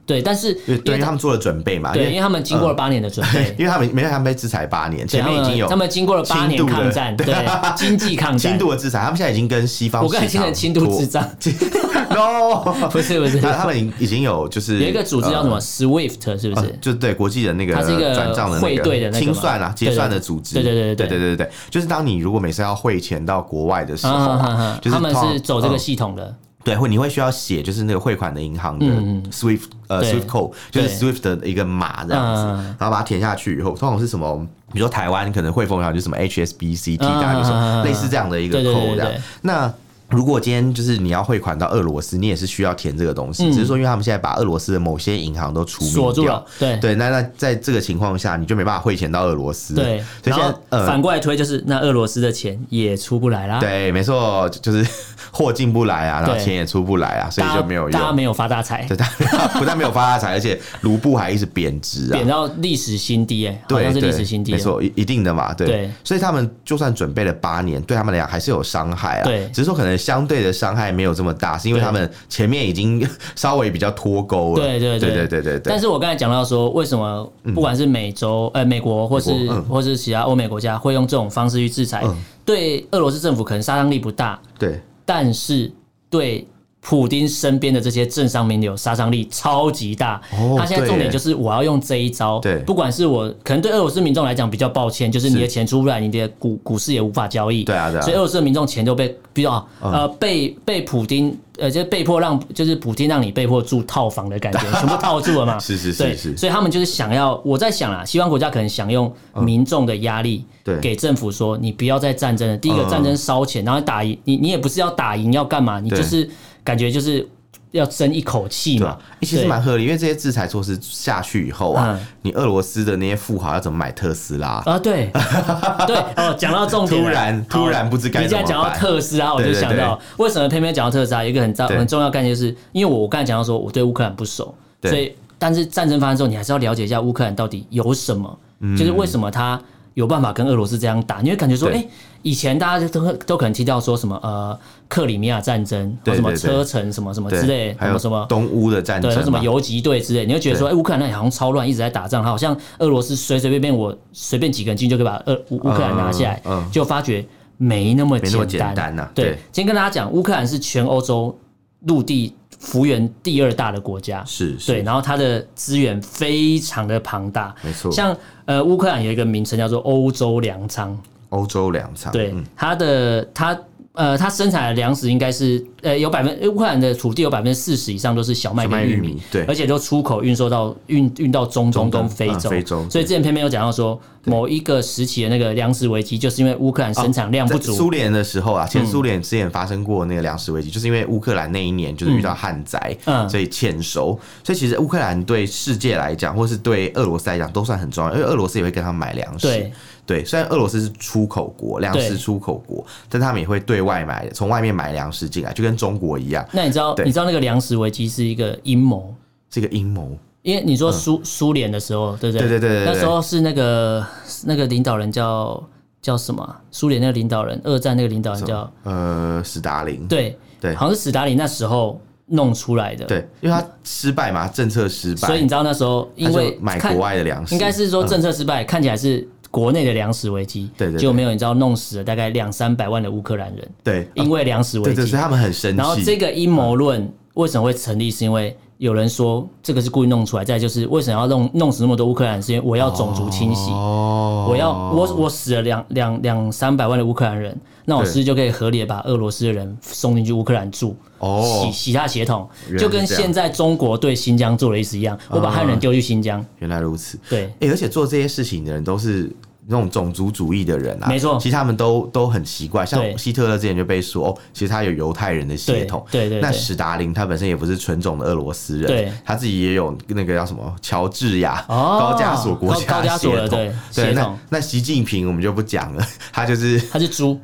Speaker 2: 对，但是
Speaker 1: <laughs> 对，对于他
Speaker 2: 们
Speaker 1: 们做了准备嘛，因
Speaker 2: 对，因为
Speaker 1: 为
Speaker 2: 他们经过了八年的准备。
Speaker 1: <laughs> 因为他们没有他们被制裁八年，
Speaker 2: 对
Speaker 1: 前
Speaker 2: 他
Speaker 1: 面已经
Speaker 2: 们
Speaker 1: 有
Speaker 2: 他们经过了八年
Speaker 1: 轻度的
Speaker 2: 抗战，对经济抗
Speaker 1: 轻
Speaker 2: 战，
Speaker 1: 度的制裁，他们现在已经跟西方
Speaker 2: 我刚才
Speaker 1: 市
Speaker 2: 听成
Speaker 1: 场
Speaker 2: 轻度
Speaker 1: 脱
Speaker 2: 智障，
Speaker 1: <laughs> ，no，
Speaker 2: 不是不
Speaker 1: <laughs>
Speaker 2: 是，
Speaker 1: 他他们已已经有就是
Speaker 2: 有一个组织叫什么
Speaker 1: 呃
Speaker 2: SWIFT 是不
Speaker 1: 呃
Speaker 2: 是？
Speaker 1: 就对国际的那个
Speaker 2: 它是一个
Speaker 1: 转账的那
Speaker 2: 汇兑的
Speaker 1: 个
Speaker 2: 那个
Speaker 1: 清算
Speaker 2: 嘛
Speaker 1: 啊
Speaker 2: 对
Speaker 1: 结
Speaker 2: 对
Speaker 1: 算
Speaker 2: 对
Speaker 1: 的组织，
Speaker 2: 对对对
Speaker 1: 对
Speaker 2: 对
Speaker 1: 对对对，就是当你如果每次要汇钱到国外的时候
Speaker 2: 啊哈
Speaker 1: 啊
Speaker 2: 哈，
Speaker 1: 就是
Speaker 2: 他们
Speaker 1: 通
Speaker 2: 是
Speaker 1: 常
Speaker 2: 走这
Speaker 1: 嗯
Speaker 2: 个系统的，
Speaker 1: 对，或你会需要写就是那个汇款的银行的 SWIFT、呃
Speaker 2: 嗯对
Speaker 1: SWIFT code，就是
Speaker 2: 对
Speaker 1: SWIFT 的一个码这样子，
Speaker 2: 嗯
Speaker 1: 然后把它填下去以后，通常是什么？比如说台湾可能汇丰行就是什么 HSBC、T
Speaker 2: 嗯
Speaker 1: 大，就是
Speaker 2: 嗯嗯
Speaker 1: 类似这样的一个
Speaker 2: 对对对
Speaker 1: code
Speaker 2: 对
Speaker 1: 这样
Speaker 2: 对。
Speaker 1: 那如果今天就是你要汇款到俄罗斯，你也是需要填这个东西，只是说因为他们现在把俄罗斯的某些银行都除
Speaker 2: 嗯锁
Speaker 1: 名
Speaker 2: 住
Speaker 1: 掉
Speaker 2: 了，，对
Speaker 1: 对，那那在这个情况下，你就没办法汇钱到俄罗斯，
Speaker 2: 对，
Speaker 1: 所以现
Speaker 2: 然
Speaker 1: 在
Speaker 2: 后
Speaker 1: 呃，
Speaker 2: 反过来推就是，那俄罗斯的钱也出不来啦，，
Speaker 1: 对，没错，就就是 <laughs> 货进不来啊，然后
Speaker 2: 对
Speaker 1: 钱也出不来啊，所以
Speaker 2: 大
Speaker 1: 就
Speaker 2: 家
Speaker 1: 没有用，
Speaker 2: 大家没有发大财，
Speaker 1: 对，他不但没有 <laughs> 发大财，而且卢布还一直贬值啊
Speaker 2: 贬。到历史新低，哎，好
Speaker 1: 对，
Speaker 2: 像是
Speaker 1: 对
Speaker 2: 历史新低，
Speaker 1: 没，错，一一定的嘛，对，
Speaker 2: 对
Speaker 1: 所以他们就算准备了八年，对他们来讲还是有伤害啊，
Speaker 2: 对
Speaker 1: 只是说可能相对的伤害没有这么大，是因为
Speaker 2: 对
Speaker 1: 他们前面已经 <laughs> 稍微比较脱钩了，
Speaker 2: 对
Speaker 1: 对对
Speaker 2: 对对
Speaker 1: 对对对嗯
Speaker 2: 但是我刚才讲到说，为什么不管是美洲、呃美国，或
Speaker 1: 美
Speaker 2: 是、
Speaker 1: 国嗯嗯
Speaker 2: 或是其他欧美国家，会用这种方式去制裁，对俄罗斯政府可能杀伤力不大，
Speaker 1: 对
Speaker 2: 但是对普丁身边的这些政商名流杀伤力超级大。
Speaker 1: 哦
Speaker 2: 他现在重
Speaker 1: 对
Speaker 2: 点
Speaker 1: 耶
Speaker 2: 就是我要用这一招，
Speaker 1: 对
Speaker 2: 不管是我可能对俄罗斯民众来讲比较抱歉，就是你的钱出不来，你的股股市也无法交易。
Speaker 1: 对啊对啊嗯
Speaker 2: 所以俄罗斯的民众钱就被比较呃被被普丁。呃，就是被迫让，就是普丁让你被迫住套房的
Speaker 1: <laughs>
Speaker 2: 感觉，全部套住了嘛。
Speaker 1: 是是是
Speaker 2: 对
Speaker 1: 是
Speaker 2: 所以他们就是想要，我在想啦，西方国家可能想用民众的压力，
Speaker 1: 嗯对
Speaker 2: 给政府说，你不要再战争了。第一个
Speaker 1: 嗯
Speaker 2: 战争烧钱，然后打赢你，你也不是要打赢要干嘛，你
Speaker 1: 对
Speaker 2: 就是感觉就是要争一口气
Speaker 1: 对
Speaker 2: 嘛
Speaker 1: 啊，。欸其实
Speaker 2: 对
Speaker 1: 蛮合理，因为这些制裁措施下去以后啊，
Speaker 2: 嗯
Speaker 1: 你俄罗斯的那些富豪要怎么买特斯拉？
Speaker 2: 啊，对
Speaker 1: <laughs>
Speaker 2: 对哦，讲到重点
Speaker 1: 突
Speaker 2: 了，
Speaker 1: 然
Speaker 2: 好
Speaker 1: 突然不知该
Speaker 2: 你既然
Speaker 1: 怎
Speaker 2: 讲
Speaker 1: 么
Speaker 2: 到
Speaker 1: 办
Speaker 2: 特斯拉，我就
Speaker 1: 对对
Speaker 2: 想到为什么偏偏讲到特斯拉，有一个很重
Speaker 1: 对
Speaker 2: 很重要概念，就是因为我我刚才讲到说我对乌克兰不熟，
Speaker 1: 对
Speaker 2: 所以但是战争发生之后，你还是要了解一下乌克兰到底有什么，
Speaker 1: 嗯
Speaker 2: 就是为什么他。有办法跟俄罗斯这样打，你会感觉说，哎、
Speaker 1: 对
Speaker 2: 以前大家都都可能听到说什么呃克里米亚战争，或
Speaker 1: 对
Speaker 2: 什么
Speaker 1: 对对
Speaker 2: 车臣什么什么之类，
Speaker 1: 对，
Speaker 2: 什
Speaker 1: 还
Speaker 2: 么
Speaker 1: 有
Speaker 2: 什么
Speaker 1: 东乌的战争
Speaker 2: 对，
Speaker 1: 嘛，
Speaker 2: 有什么游击队之类，你会觉得说，哎，乌克兰那里好像超乱，一直在打仗，好像俄罗斯随随便便我随便几个人进就可以把俄乌乌克兰拿下来
Speaker 1: 嗯嗯，
Speaker 2: 就发觉没那么
Speaker 1: 没那么简
Speaker 2: 单啊
Speaker 1: 单呐
Speaker 2: 对
Speaker 1: 对，
Speaker 2: 今天跟大家讲，乌克兰是全欧洲陆地幅员第二大的国家，
Speaker 1: 是是
Speaker 2: 对，然后它的资源非常的庞大，
Speaker 1: 没错
Speaker 2: 像呃，乌克兰有一个名称叫做欧洲粮仓，
Speaker 1: 欧洲两场，
Speaker 2: 对
Speaker 1: 嗯，
Speaker 2: 它的它呃，它生产的粮食应该是呃有百分乌克兰的土地有百分之四十以上都是小麦
Speaker 1: 小麦
Speaker 2: 跟
Speaker 1: 玉
Speaker 2: 玉
Speaker 1: 米
Speaker 2: 米，
Speaker 1: 对
Speaker 2: 而且都出口运售到运运到中东
Speaker 1: 中东
Speaker 2: 跟非洲，
Speaker 1: 嗯非洲
Speaker 2: 所以之前偏偏有讲到说，某一个时期的那个粮食危机，就是因为乌克兰生产量不
Speaker 1: 哦在
Speaker 2: 足，嗯
Speaker 1: 苏联的时候啊，前苏联之前发生过那个粮食危机，就是因为乌克兰那一年就是遇到旱灾，
Speaker 2: 嗯
Speaker 1: 所以欠收。所以其实乌克兰对世界来讲，或是对俄罗斯来讲都算很重要，因为俄罗斯也会跟他们买粮食。
Speaker 2: 对
Speaker 1: 对虽然俄罗斯是出口国，粮
Speaker 2: 对
Speaker 1: 食出口国，但他们也会对外买，从外面买粮食进来，就跟中国一样，
Speaker 2: 那你知道
Speaker 1: 对
Speaker 2: 你知道那个粮食危机是一个阴谋，
Speaker 1: 这个阴谋。
Speaker 2: 因为你说苏苏联的时候，对不对？
Speaker 1: 嗯对对对对对
Speaker 2: 那时候是那个那个领导人叫叫什么啊？苏联那个领导人，二战那个领导人叫
Speaker 1: 呃，斯大林，
Speaker 2: 对
Speaker 1: 对
Speaker 2: 好像是史达林那时候弄出来的。
Speaker 1: 对，因为他失败嘛，政策失败，
Speaker 2: 所以你知道那时候因
Speaker 1: 他
Speaker 2: 为
Speaker 1: 就买
Speaker 2: 看
Speaker 1: 国外的粮食，
Speaker 2: 应该是说政策失败，看起来是国内的粮食危机，
Speaker 1: 对对对
Speaker 2: 结果没有你知道弄死了大概两三百万的乌克兰人，
Speaker 1: 对，
Speaker 2: 因为粮食
Speaker 1: 对
Speaker 2: 危
Speaker 1: 哦对，
Speaker 2: 机
Speaker 1: 所以。他们很生气。
Speaker 2: 然后这个阴谋论为什么会成立？是因为有人说这个是故意弄出来，再就是为什么要弄弄死那么多乌克兰？是因为我要种族清洗，
Speaker 1: 哦，
Speaker 2: 我要我我死了两两两三百万的乌克兰人，那我
Speaker 1: 对
Speaker 2: 是不是就可以合理的把俄罗斯的人送进去乌克兰住，
Speaker 1: 哦
Speaker 2: 洗洗他血统，
Speaker 1: 原来是
Speaker 2: 就跟
Speaker 1: 这样啊
Speaker 2: 现在中国对新疆做的意思一样，我把汉人丢去新疆，
Speaker 1: 原来如此。
Speaker 2: 对
Speaker 1: 哎、而且做这些事情的人都是那种种族主义的人啊，
Speaker 2: 没错
Speaker 1: 其实他们都都很奇怪，
Speaker 2: 对
Speaker 1: 像希特勒之前就被说，哦，其实他有犹太人的血统，
Speaker 2: 对对对对
Speaker 1: 那史达林他本身也不是纯种的俄罗斯人，
Speaker 2: 对
Speaker 1: 他自己也有那个叫什么乔治亚、
Speaker 2: 哦
Speaker 1: 高加索国
Speaker 2: 高
Speaker 1: 家
Speaker 2: 高加
Speaker 1: 的
Speaker 2: 索
Speaker 1: 血
Speaker 2: 的
Speaker 1: 统，
Speaker 2: 对血
Speaker 1: 那
Speaker 2: 统
Speaker 1: 那习近平我们就不讲了， <laughs> 他就是
Speaker 2: 他是猪，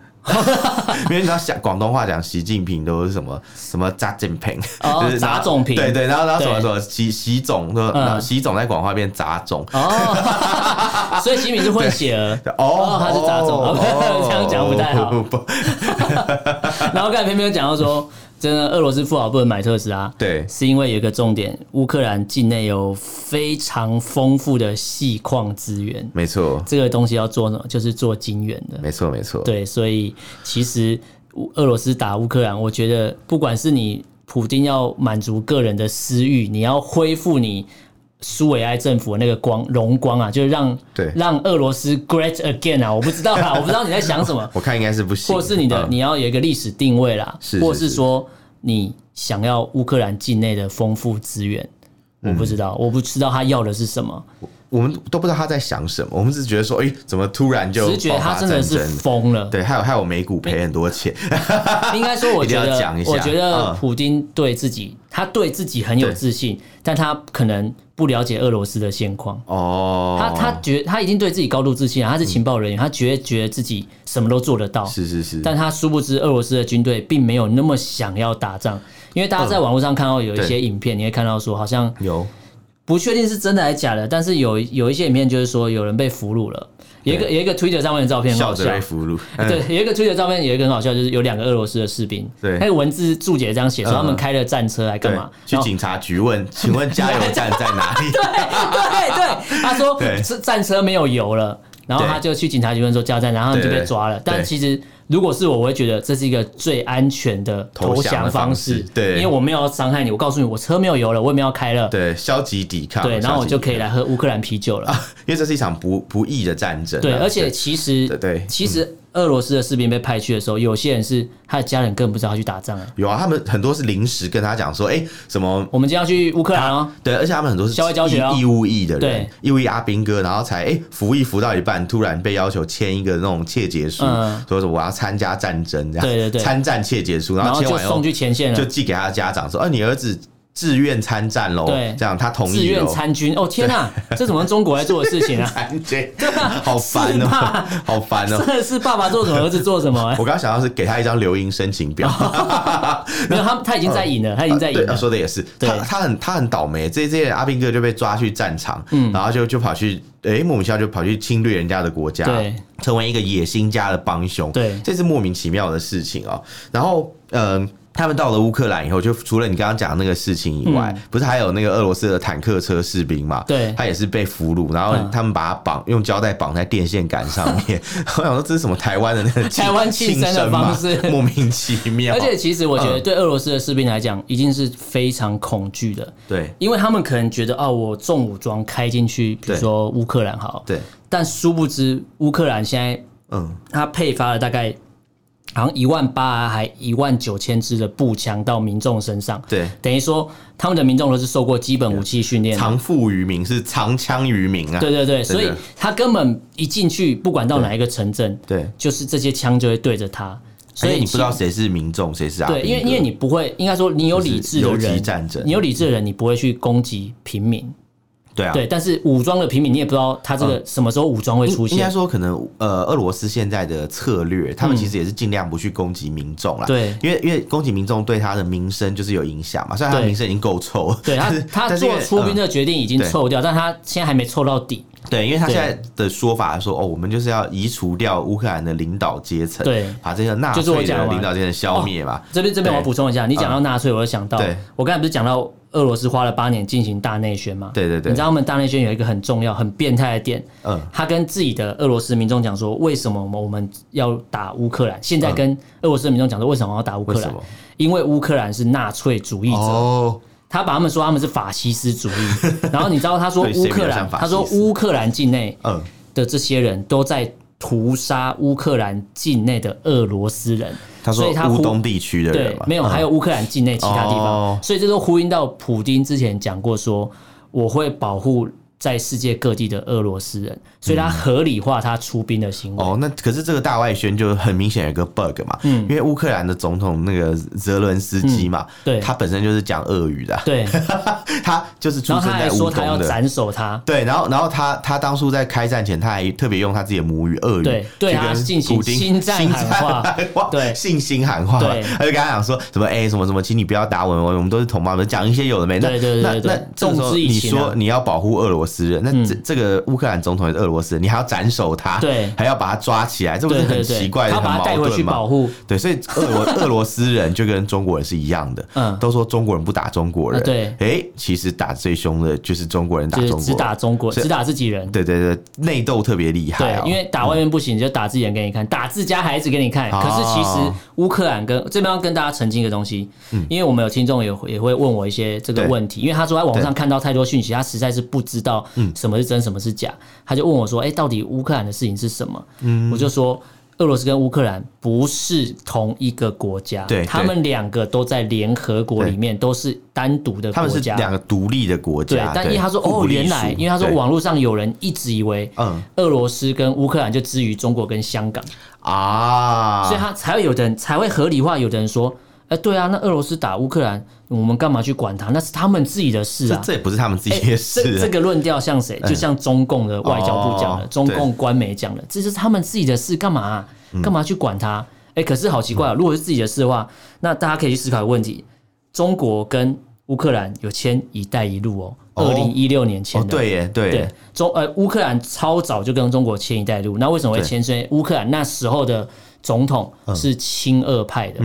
Speaker 1: 因为你知道讲广东话讲习近平都是什么什么扎金平，
Speaker 2: 哦
Speaker 1: 就是
Speaker 2: 杂种平
Speaker 1: 对对，然后然后什么
Speaker 2: 对
Speaker 1: 什么习习总，说然后
Speaker 2: 嗯
Speaker 1: 习总在广东话变杂种，
Speaker 2: 哦，
Speaker 1: <laughs>
Speaker 2: 所以习近平是混血儿，
Speaker 1: 哦，
Speaker 2: 他是杂种，
Speaker 1: 哦
Speaker 2: <laughs> 这样讲不太好。
Speaker 1: 不不不
Speaker 2: 然后刚才偏偏讲到说，真的俄罗斯富豪不能买特斯拉，
Speaker 1: 对
Speaker 2: 是因为有一个重点，乌克兰境内有非常丰富的细矿资源，
Speaker 1: 没错，
Speaker 2: 这个东西要做呢，就是做晶圆的，
Speaker 1: 没错，没错，
Speaker 2: 对，所以其实乌俄罗斯打乌克兰，我觉得不管是你普丁要满足个人的私欲，你要恢复你。苏维埃政府的那个光荣光啊，就是让
Speaker 1: 对
Speaker 2: 让俄罗斯 great again 啊！我不知道啦，我不知道你在
Speaker 1: <laughs>
Speaker 2: 想什么。
Speaker 1: 我看应该是不行，
Speaker 2: 或是你的、
Speaker 1: 嗯
Speaker 2: 你要有一个历史定位啦，
Speaker 1: 是
Speaker 2: 或
Speaker 1: 是
Speaker 2: 是
Speaker 1: 是
Speaker 2: 说你想要乌克兰境内的丰富资源，我
Speaker 1: 嗯
Speaker 2: 不知道，我不知道他要的是什么，
Speaker 1: 我们都不知道他在想什么，我们只是觉得说，哎，怎么突然就
Speaker 2: 只是觉得
Speaker 1: 爆
Speaker 2: 他
Speaker 1: 发
Speaker 2: 真的
Speaker 1: 战
Speaker 2: 是
Speaker 1: 争
Speaker 2: 疯了。
Speaker 1: 对，害我害我美股赔很多钱， <laughs>
Speaker 2: 应该说，我
Speaker 1: 一定
Speaker 2: 觉
Speaker 1: 要
Speaker 2: 得
Speaker 1: 讲一，下
Speaker 2: 我觉得
Speaker 1: 嗯
Speaker 2: 普丁对自己，他对自己很有
Speaker 1: 对
Speaker 2: 自信，但他可能不了解俄罗斯的现况。
Speaker 1: 哦，嗯
Speaker 2: 他他觉他已经对自己高度自信了，他是情报人员，他觉得觉得自己什么都做得到，
Speaker 1: 是是是，
Speaker 2: 但他殊不知，俄罗斯的军队并没有那么想要打仗，因为大家在网络上看到有一些
Speaker 1: 嗯对
Speaker 2: 影片，你会看到说，好像
Speaker 1: 有
Speaker 2: 不确定是真的还是假的，但是有有一些影片就是说有人被俘虏了，有一个有一个 Twitter 上面的照片很
Speaker 1: 笑
Speaker 2: 好
Speaker 1: 着
Speaker 2: 笑，
Speaker 1: 被俘虏，嗯
Speaker 2: 对，有一个 Twitter 照片有一个很好笑，就是有两个俄罗斯的士兵，
Speaker 1: 对
Speaker 2: 那个文字注解这样写
Speaker 1: 嗯
Speaker 2: 说他们开了战车来干
Speaker 1: 对
Speaker 2: 嘛，？
Speaker 1: 去
Speaker 2: 然后
Speaker 1: 警察局问，请问加油站在哪里？
Speaker 2: <laughs> 对对，他说
Speaker 1: 对
Speaker 2: 这战车没有油了，然后
Speaker 1: 对
Speaker 2: 他就去警察局问说加油站，然后他们就
Speaker 1: 对
Speaker 2: 被
Speaker 1: 对
Speaker 2: 抓了。但
Speaker 1: 对
Speaker 2: 其实如果是我，我会觉得这是一个最安全的
Speaker 1: 投
Speaker 2: 投
Speaker 1: 降的
Speaker 2: 降
Speaker 1: 方
Speaker 2: 式
Speaker 1: 式，对
Speaker 2: 因为我没有要伤害你，我告诉你我车没有油了，我也没有要开了，
Speaker 1: 对，啊消极抵抗，
Speaker 2: 对，然后我就可以
Speaker 1: 了，
Speaker 2: 来喝乌克兰啤酒了。
Speaker 1: <laughs> 因为这是一场不不义的战争啊，
Speaker 2: 对，而且其实
Speaker 1: 对对嗯
Speaker 2: 其实俄罗斯的士兵被派去的时候，有些人是他的家人根本不知道他去打仗啊。
Speaker 1: 有啊，他们很多是临时跟他讲说，哎，什么
Speaker 2: 我们今天要去乌克兰哦，
Speaker 1: 对，而且他们很多是
Speaker 2: 校外教学哦
Speaker 1: 义义务役的人
Speaker 2: 对，
Speaker 1: 义务役阿兵哥，然后才哎服役服到一半，突然被要求签一个那种切结书
Speaker 2: 嗯，
Speaker 1: 说是我要参加战争这样，
Speaker 2: 对对对
Speaker 1: 参战切结书，
Speaker 2: 然
Speaker 1: 然
Speaker 2: 后
Speaker 1: 签
Speaker 2: 就
Speaker 1: 完以
Speaker 2: 送
Speaker 1: 后
Speaker 2: 去前线
Speaker 1: 哦就
Speaker 2: 了，
Speaker 1: 寄给他的家长说，哦，你儿子自愿参战喽
Speaker 2: 对，
Speaker 1: 这样他同
Speaker 2: 自
Speaker 1: 意
Speaker 2: 愿
Speaker 1: 喽。 <laughs>
Speaker 2: 参军。哦天哪， <laughs> 这怎么中国在做的事情啊？
Speaker 1: 参军，哎好烦
Speaker 2: 是
Speaker 1: 哦
Speaker 2: 吧，
Speaker 1: 好烦哦
Speaker 2: 真。的是爸爸做什么，儿子做什么、欸？
Speaker 1: <laughs> 我刚刚想到是给他一张留营申请
Speaker 2: <laughs>
Speaker 1: 表，
Speaker 2: 没有，他他已经在赢了，他已经在赢
Speaker 1: 嗯啊对，
Speaker 2: 了。
Speaker 1: 说的也是，
Speaker 2: 对
Speaker 1: 他他很他很倒霉，这这些阿兵哥就被抓去战场，
Speaker 2: 嗯
Speaker 1: 然后就就跑去，哎、莫名其妙就跑去侵略人家的国家，
Speaker 2: 对，
Speaker 1: 成为一个野心家的帮凶，
Speaker 2: 对
Speaker 1: 这是莫名其妙的事情哦、然后，嗯、他们到了乌克兰以后，就除了你刚刚讲的那个事情以外，不是还有那个俄罗斯的坦克车士兵嘛？
Speaker 2: 嗯对
Speaker 1: 他也是被俘虏，然后
Speaker 2: 嗯
Speaker 1: 他们把他绑用胶带绑在电线杆上面。
Speaker 2: <laughs>
Speaker 1: 我想说这是什么台湾的那个
Speaker 2: 台湾庆生的方式
Speaker 1: 嘛莫名其妙。
Speaker 2: 而且其实我觉得，
Speaker 1: 嗯
Speaker 2: 对俄罗斯的士兵来讲，一定是非常恐惧的，
Speaker 1: 对
Speaker 2: 因为他们可能觉得，哦，我重武装开进去，比如
Speaker 1: 对
Speaker 2: 说乌克兰好，
Speaker 1: 对，
Speaker 2: 但殊不知乌克兰现在
Speaker 1: 嗯，
Speaker 2: 它配发了大概好像一万八、啊、还一万九千支的步枪到民众身上，
Speaker 1: 对。
Speaker 2: 等于说他们的民众都是受过基本武器训练的，
Speaker 1: 藏富于民是藏枪于民啊。
Speaker 2: 对对对，
Speaker 1: 真
Speaker 2: 所
Speaker 1: 的
Speaker 2: 以他根本一进去，不管到哪一个城镇，
Speaker 1: 对，
Speaker 2: 就是这些枪就会对着他，所
Speaker 1: 而
Speaker 2: 以
Speaker 1: 且你不知道
Speaker 2: 其。
Speaker 1: 谁是民众，谁是阿兵哥
Speaker 2: 对，因为因为你不会，应该说你有理智的
Speaker 1: 就是游
Speaker 2: 人，
Speaker 1: 击战争
Speaker 2: 你有理智的人，你不会去攻击平民，
Speaker 1: 对啊，嗯
Speaker 2: 对。但是武装的平民，你也不知道他这个什么时候武装会出
Speaker 1: 应该
Speaker 2: 现，嗯
Speaker 1: 说，可能呃，俄罗斯现在的策略，他们其实也是尽量不去攻击民众啦。
Speaker 2: 对
Speaker 1: 因为因为攻击民众对他的民生就是有影响嘛。虽然他的
Speaker 2: 对
Speaker 1: 民生已经够臭了，
Speaker 2: 对他
Speaker 1: <laughs> 但是
Speaker 2: 他
Speaker 1: 但是因
Speaker 2: 做
Speaker 1: 为
Speaker 2: 出兵
Speaker 1: 嗯
Speaker 2: 的决定已经
Speaker 1: 对
Speaker 2: 凑掉，但他现在还没凑到底，
Speaker 1: 呃对，因为他
Speaker 2: 对
Speaker 1: 现在的说法说，哦，我们就是要移除掉乌克兰的领导阶层，
Speaker 2: 对
Speaker 1: 把这个纳
Speaker 2: 就是我
Speaker 1: 粹
Speaker 2: 讲的
Speaker 1: 的
Speaker 2: 嘛
Speaker 1: 领导阶层消灭嘛。
Speaker 2: 这边这边
Speaker 1: 对
Speaker 2: 我补充一下，你讲到纳粹，我就想到
Speaker 1: 对，
Speaker 2: 我刚才不是讲到俄罗斯花了八年进行大内宣嘛？
Speaker 1: 对对对
Speaker 2: 你知道他们大内宣有一个很重要、很变态的点，
Speaker 1: 嗯
Speaker 2: 他跟自己的俄罗斯民众讲说，为什么我们要打乌克兰？现在跟俄罗斯的民众讲说，为什么要打乌克
Speaker 1: 为
Speaker 2: 兰
Speaker 1: 什么？
Speaker 2: 因为乌克兰是纳粹主义者，
Speaker 1: 哦，
Speaker 2: 他把他们说他们是法西斯主
Speaker 1: <laughs>
Speaker 2: 义，然后你知道他说
Speaker 1: 对
Speaker 2: 乌
Speaker 1: 谁
Speaker 2: 克
Speaker 1: 没有像
Speaker 2: 兰，
Speaker 1: 法西斯
Speaker 2: 他说乌克兰境内
Speaker 1: 嗯，
Speaker 2: 的这些人都在屠杀乌克兰境内的俄罗斯人，
Speaker 1: 他说
Speaker 2: 所以他呼
Speaker 1: 乌东地区的人
Speaker 2: 对
Speaker 1: 嘛，，
Speaker 2: 没有，
Speaker 1: 嗯
Speaker 2: 还有乌克兰境内其他地
Speaker 1: 哦
Speaker 2: 方，所以这都呼应到普丁之前讲过说，我会保护在世界各地的俄罗斯人，所以他合理化他出兵的行
Speaker 1: 嗯
Speaker 2: 为。
Speaker 1: 哦，那可是这个大外宣就很明显有个 bug 嘛，
Speaker 2: 嗯
Speaker 1: 因为乌克兰的总统那个泽伦斯基嘛，
Speaker 2: 对
Speaker 1: 他本身就是讲俄语的啊，
Speaker 2: 对，
Speaker 1: <laughs> 他就是出
Speaker 2: 然后
Speaker 1: 生
Speaker 2: 他还
Speaker 1: 在
Speaker 2: 说
Speaker 1: 乌
Speaker 2: 他要
Speaker 1: 东的。
Speaker 2: 斩首他，
Speaker 1: 对，然后，然后他他当初在开战前，他还特别用他自己的母语俄语，
Speaker 2: 对对
Speaker 1: 去
Speaker 2: 他
Speaker 1: 跟
Speaker 2: 进行
Speaker 1: 普丁
Speaker 2: 心战
Speaker 1: 心
Speaker 2: 喊话
Speaker 1: 喊话
Speaker 2: 对
Speaker 1: <laughs> 信心喊话嘛，
Speaker 2: 对
Speaker 1: 他就跟他讲说什么哎、什么什么，请你不要打我们，我们都是同胞，我们讲一些有的没的。
Speaker 2: 对对对
Speaker 1: 那
Speaker 2: 对对
Speaker 1: 那这个时候
Speaker 2: 动之以
Speaker 1: 你
Speaker 2: 情啊嗯
Speaker 1: 说你要保护俄罗斯人，那这、这个乌克兰总统也是俄罗斯人，你还要斩首他，
Speaker 2: 对
Speaker 1: 还要把他抓起来，这不是
Speaker 2: 对对
Speaker 1: 很奇
Speaker 2: 对，
Speaker 1: 怪的，
Speaker 2: 他
Speaker 1: 很
Speaker 2: 把他
Speaker 1: 矛
Speaker 2: 带
Speaker 1: 盾
Speaker 2: 回去
Speaker 1: 吗
Speaker 2: 保护，
Speaker 1: 对，所以俄
Speaker 2: <laughs>
Speaker 1: 罗俄罗斯人就跟中国人是一样的，
Speaker 2: 嗯
Speaker 1: 都说中国人不打中国人，
Speaker 2: 啊对
Speaker 1: 哎，其实打最凶的就是中国人打
Speaker 2: 就
Speaker 1: 中
Speaker 2: 是
Speaker 1: 国人，
Speaker 2: 只打中国，
Speaker 1: 所以
Speaker 2: 只打自己人。
Speaker 1: 对对对，内斗特别厉害、
Speaker 2: 对
Speaker 1: 哦，，嗯
Speaker 2: 因为打外面不行，你就打自己人给你看，打自家孩子给你看。
Speaker 1: 哦
Speaker 2: 可是其实乌克兰跟这边要跟大家澄清一个东西，因为我们有听众也会也会问我一些这
Speaker 1: 嗯
Speaker 2: 个
Speaker 1: 对嗯
Speaker 2: 问题，因为他说在网上看到太多讯息，他实在是不知道什么是真什么是假，他就问我说：“哎，到底乌克兰的事情是什么？”
Speaker 1: 嗯
Speaker 2: 我就说。俄罗斯跟乌克兰不是同一个国家，
Speaker 1: 对
Speaker 2: 他们两个都在联合国里面，都是单独的
Speaker 1: 他
Speaker 2: 国
Speaker 1: 们是
Speaker 2: 家。
Speaker 1: 两个独立的国
Speaker 2: 对
Speaker 1: 家，，
Speaker 2: 但因为他说
Speaker 1: 互
Speaker 2: 哦
Speaker 1: 不，隶
Speaker 2: 原来
Speaker 1: 属
Speaker 2: 因为他说
Speaker 1: 对
Speaker 2: 网络上有人一直以为，
Speaker 1: 嗯
Speaker 2: 俄罗斯跟乌克兰就之于中国跟香港，
Speaker 1: 啊，
Speaker 2: 所以他才会有的人才会合理化，有的人说，哎，对啊，那俄罗斯打乌克兰，我们干嘛去管他？那是他们自己的事
Speaker 1: 这
Speaker 2: 啊。
Speaker 1: 这也不是啊他们自己
Speaker 2: 哎
Speaker 1: 的事、
Speaker 2: 这这个论调像谁？就像中共的外交部讲的，
Speaker 1: 哦
Speaker 2: 中共官媒讲的，这就是他们自己的事，干嘛啊、
Speaker 1: 嗯
Speaker 2: 干嘛去管他？哎，可是好奇怪啊！如果是自己的事的话，那大家可以去思考一个问题：中国跟乌克兰有签“一带一路”哦，
Speaker 1: 哦
Speaker 2: 二零一六年签
Speaker 1: 哦，
Speaker 2: 的。
Speaker 1: 对耶，对
Speaker 2: 对
Speaker 1: 耶，，
Speaker 2: 中呃乌克兰超早就跟中国签一带一路，那为什么会
Speaker 1: 对嗯
Speaker 2: 签？所以乌克兰那时候的总统是亲俄派的，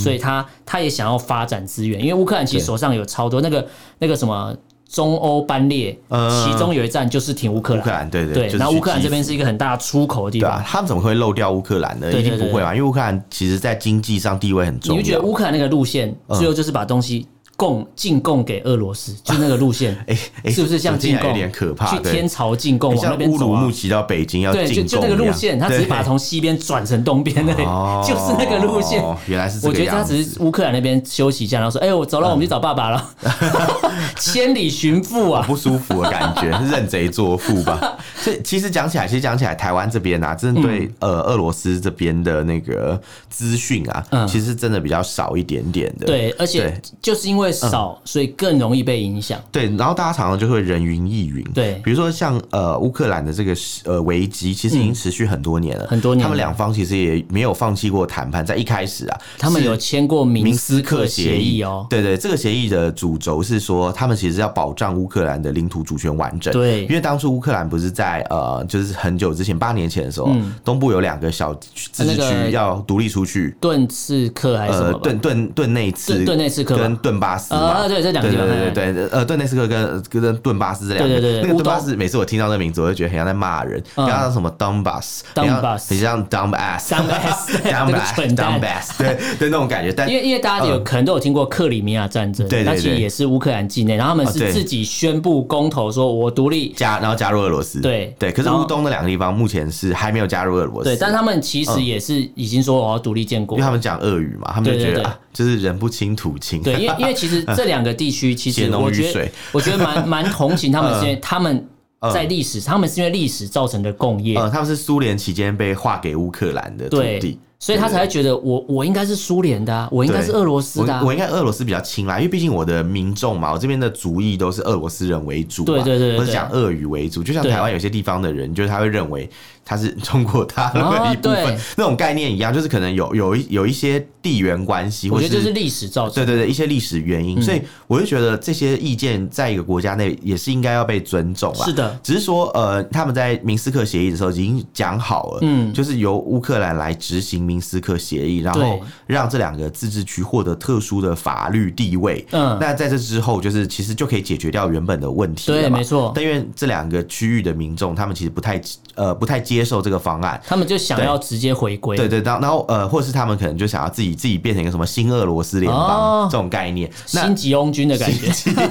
Speaker 2: 所以他他也想要发展资源，因为乌克兰其实
Speaker 1: 对
Speaker 2: 手上有超多那个那个什么中欧班列，
Speaker 1: 嗯
Speaker 2: 其中有一站就是挺乌克
Speaker 1: 乌克
Speaker 2: 兰，
Speaker 1: 兰，对对
Speaker 2: 对，
Speaker 1: 就是
Speaker 2: 然后乌克兰
Speaker 1: 去基
Speaker 2: 这
Speaker 1: 辅
Speaker 2: 边是一个很大的出口的地
Speaker 1: 对
Speaker 2: 方
Speaker 1: 啊，，他们怎么会漏掉乌克兰呢？
Speaker 2: 对
Speaker 1: 一
Speaker 2: 对
Speaker 1: 定不会嘛，因为乌克兰其实在经济上地位很
Speaker 2: 你
Speaker 1: 重要。，
Speaker 2: 会觉得乌克兰那个路线最后就是把东西供进贡给俄罗斯，就那个路线
Speaker 1: <laughs> 哎哎
Speaker 2: 是不是像
Speaker 1: 这听
Speaker 2: 进
Speaker 1: 起来
Speaker 2: 贡
Speaker 1: 有点可怕
Speaker 2: 去
Speaker 1: 对
Speaker 2: 天朝进贡
Speaker 1: 哎
Speaker 2: 往那
Speaker 1: 像
Speaker 2: 边
Speaker 1: 乌
Speaker 2: 走
Speaker 1: 鲁
Speaker 2: 啊
Speaker 1: 木齐到北京呃要进
Speaker 2: 对，
Speaker 1: 贡
Speaker 2: 就就那个
Speaker 1: 一
Speaker 2: 路
Speaker 1: 样
Speaker 2: 线，他只是
Speaker 1: 对
Speaker 2: 把从西边转成东边那里，
Speaker 1: 哦
Speaker 2: 就是那个路线。
Speaker 1: 原来是这
Speaker 2: 我
Speaker 1: 个
Speaker 2: 觉得他
Speaker 1: 样子。嗯
Speaker 2: 只是乌克兰那边休息一下，然后说：“哎、我走了，我们去找爸
Speaker 1: <laughs>
Speaker 2: 爸了。千里寻父啊，
Speaker 1: 不舒服的感
Speaker 2: <laughs>
Speaker 1: 觉，是认贼作父吧？所以其实讲起来，其实讲起来，台湾这边啊，针对、
Speaker 2: 嗯
Speaker 1: 呃俄罗斯这边的那个资讯啊，
Speaker 2: 嗯
Speaker 1: 其实真的比较少一点点的。
Speaker 2: 对，
Speaker 1: 对嗯
Speaker 2: 而且就是因为少，所以更容易被影响。
Speaker 1: 对，然后大家常常就会人云亦云。
Speaker 2: 对
Speaker 1: 比如说像呃乌克兰的这个是呃危机，其实已经持续很多年了，
Speaker 2: 嗯很多年
Speaker 1: 他们
Speaker 2: 了
Speaker 1: 两方其实也没有放弃过谈判，在一开始啊，
Speaker 2: 他们
Speaker 1: 是
Speaker 2: 有签过明
Speaker 1: 明斯克
Speaker 2: 克
Speaker 1: 协
Speaker 2: 议
Speaker 1: 议
Speaker 2: 哦，
Speaker 1: 对对，这个协议的主轴是说，他们其实要保障乌克兰的领土主权完整。
Speaker 2: 对
Speaker 1: 因为当初乌克兰不是在呃，就是很久之前，八年前的时候，东部有两个小自治
Speaker 2: 嗯啊那
Speaker 1: 区
Speaker 2: 个
Speaker 1: 要独立出去，
Speaker 2: 顿刺克还是什
Speaker 1: 呃
Speaker 2: 么，吧？
Speaker 1: 顿顿顿内茨、
Speaker 2: 顿顿内茨克吧
Speaker 1: 跟顿巴斯嘛。
Speaker 2: 啊，对，这两个
Speaker 1: 对
Speaker 2: 地方，
Speaker 1: 对对
Speaker 2: 哎
Speaker 1: 对对，呃，顿内斯克跟跟顿巴斯这两个，
Speaker 2: 对对对
Speaker 1: 那个
Speaker 2: 乌
Speaker 1: 顿巴
Speaker 2: 东
Speaker 1: 斯，每次我听到这名字，我就觉得很像在骂人，
Speaker 2: 嗯
Speaker 1: 很像什么 Donbass，很像
Speaker 2: Donbass
Speaker 1: 很像 Dumbass，Dumbass，Dumbass， <laughs>
Speaker 2: Dumbass，那个蠢蛋
Speaker 1: 对对那种感觉，但
Speaker 2: 因为因为大家有、可能都有听过克里米亚战争，
Speaker 1: 嗯对对
Speaker 2: 那其实
Speaker 1: 对
Speaker 2: 也是乌克兰境内，然后他们
Speaker 1: 啊对
Speaker 2: 是自己宣布公投说我独立，
Speaker 1: 加然后加入俄罗斯，
Speaker 2: 对
Speaker 1: 对，可是
Speaker 2: 然后
Speaker 1: 乌东那两个地方目前是还没有加入俄罗斯，
Speaker 2: 对，但他们其实也是已经说我要独立建国
Speaker 1: 嗯因为，他们讲俄语嘛，他们就
Speaker 2: 对
Speaker 1: 觉
Speaker 2: 对
Speaker 1: 得
Speaker 2: 对
Speaker 1: 啊，就是人不清土 <laughs> 清，
Speaker 2: 对，因为因为其实这两个地区，其
Speaker 1: 血
Speaker 2: 实
Speaker 1: 浓于
Speaker 2: 我觉
Speaker 1: 水嗯
Speaker 2: 得我觉得
Speaker 1: <laughs>
Speaker 2: 蛮蛮同情他们，是因为他们在历史，他们是因为历史造成的共业，
Speaker 1: 呃，他们是苏联期间被划给乌克兰的土
Speaker 2: 对
Speaker 1: 地。，
Speaker 2: 所以他才会觉得我我应该是苏联的啊，我应该是
Speaker 1: 对
Speaker 2: 俄罗斯的啊
Speaker 1: 我我，应该俄罗斯比较亲啦，因为毕竟我的民众嘛，我这边的族裔都是俄罗斯人为主嘛，
Speaker 2: 对对对对
Speaker 1: 或者讲俄语为主，就像
Speaker 2: 对
Speaker 1: 台湾有些地方的人，就是他会认为他是 <laughs> 中国大陆的
Speaker 2: 哦
Speaker 1: 一部分，
Speaker 2: 对
Speaker 1: 那种概念一样，就是可能有有一有一些地缘关系，
Speaker 2: 我
Speaker 1: 或
Speaker 2: 觉
Speaker 1: 者
Speaker 2: 得这是历史造
Speaker 1: 对
Speaker 2: 成。嗯
Speaker 1: 对对，一些历史原因，所以我就觉得这些意见在一个国家内也是应该要被尊重啦。
Speaker 2: 是的，
Speaker 1: 只是说呃，他们在明斯克协议的时候已经讲好了，嗯，就是由乌克兰来执行明斯克协议，然后
Speaker 2: 对
Speaker 1: 让这两个自治区获得特殊的法律地位。
Speaker 2: 嗯，
Speaker 1: 那在这之后，就是其实就可以解决掉原本的问题了
Speaker 2: 对，
Speaker 1: 嘛
Speaker 2: 没错，
Speaker 1: 但因为这两个区域的民众，他们其实不太呃不太接接受这个方案。
Speaker 2: 他们就想要直接回归。
Speaker 1: 对对，然后然后呃，或是他们可能就想要自己自己变成一个什么新俄罗斯联邦、
Speaker 2: 哦
Speaker 1: 这种概念。那
Speaker 2: 新吉翁军的感觉。
Speaker 1: 奇怪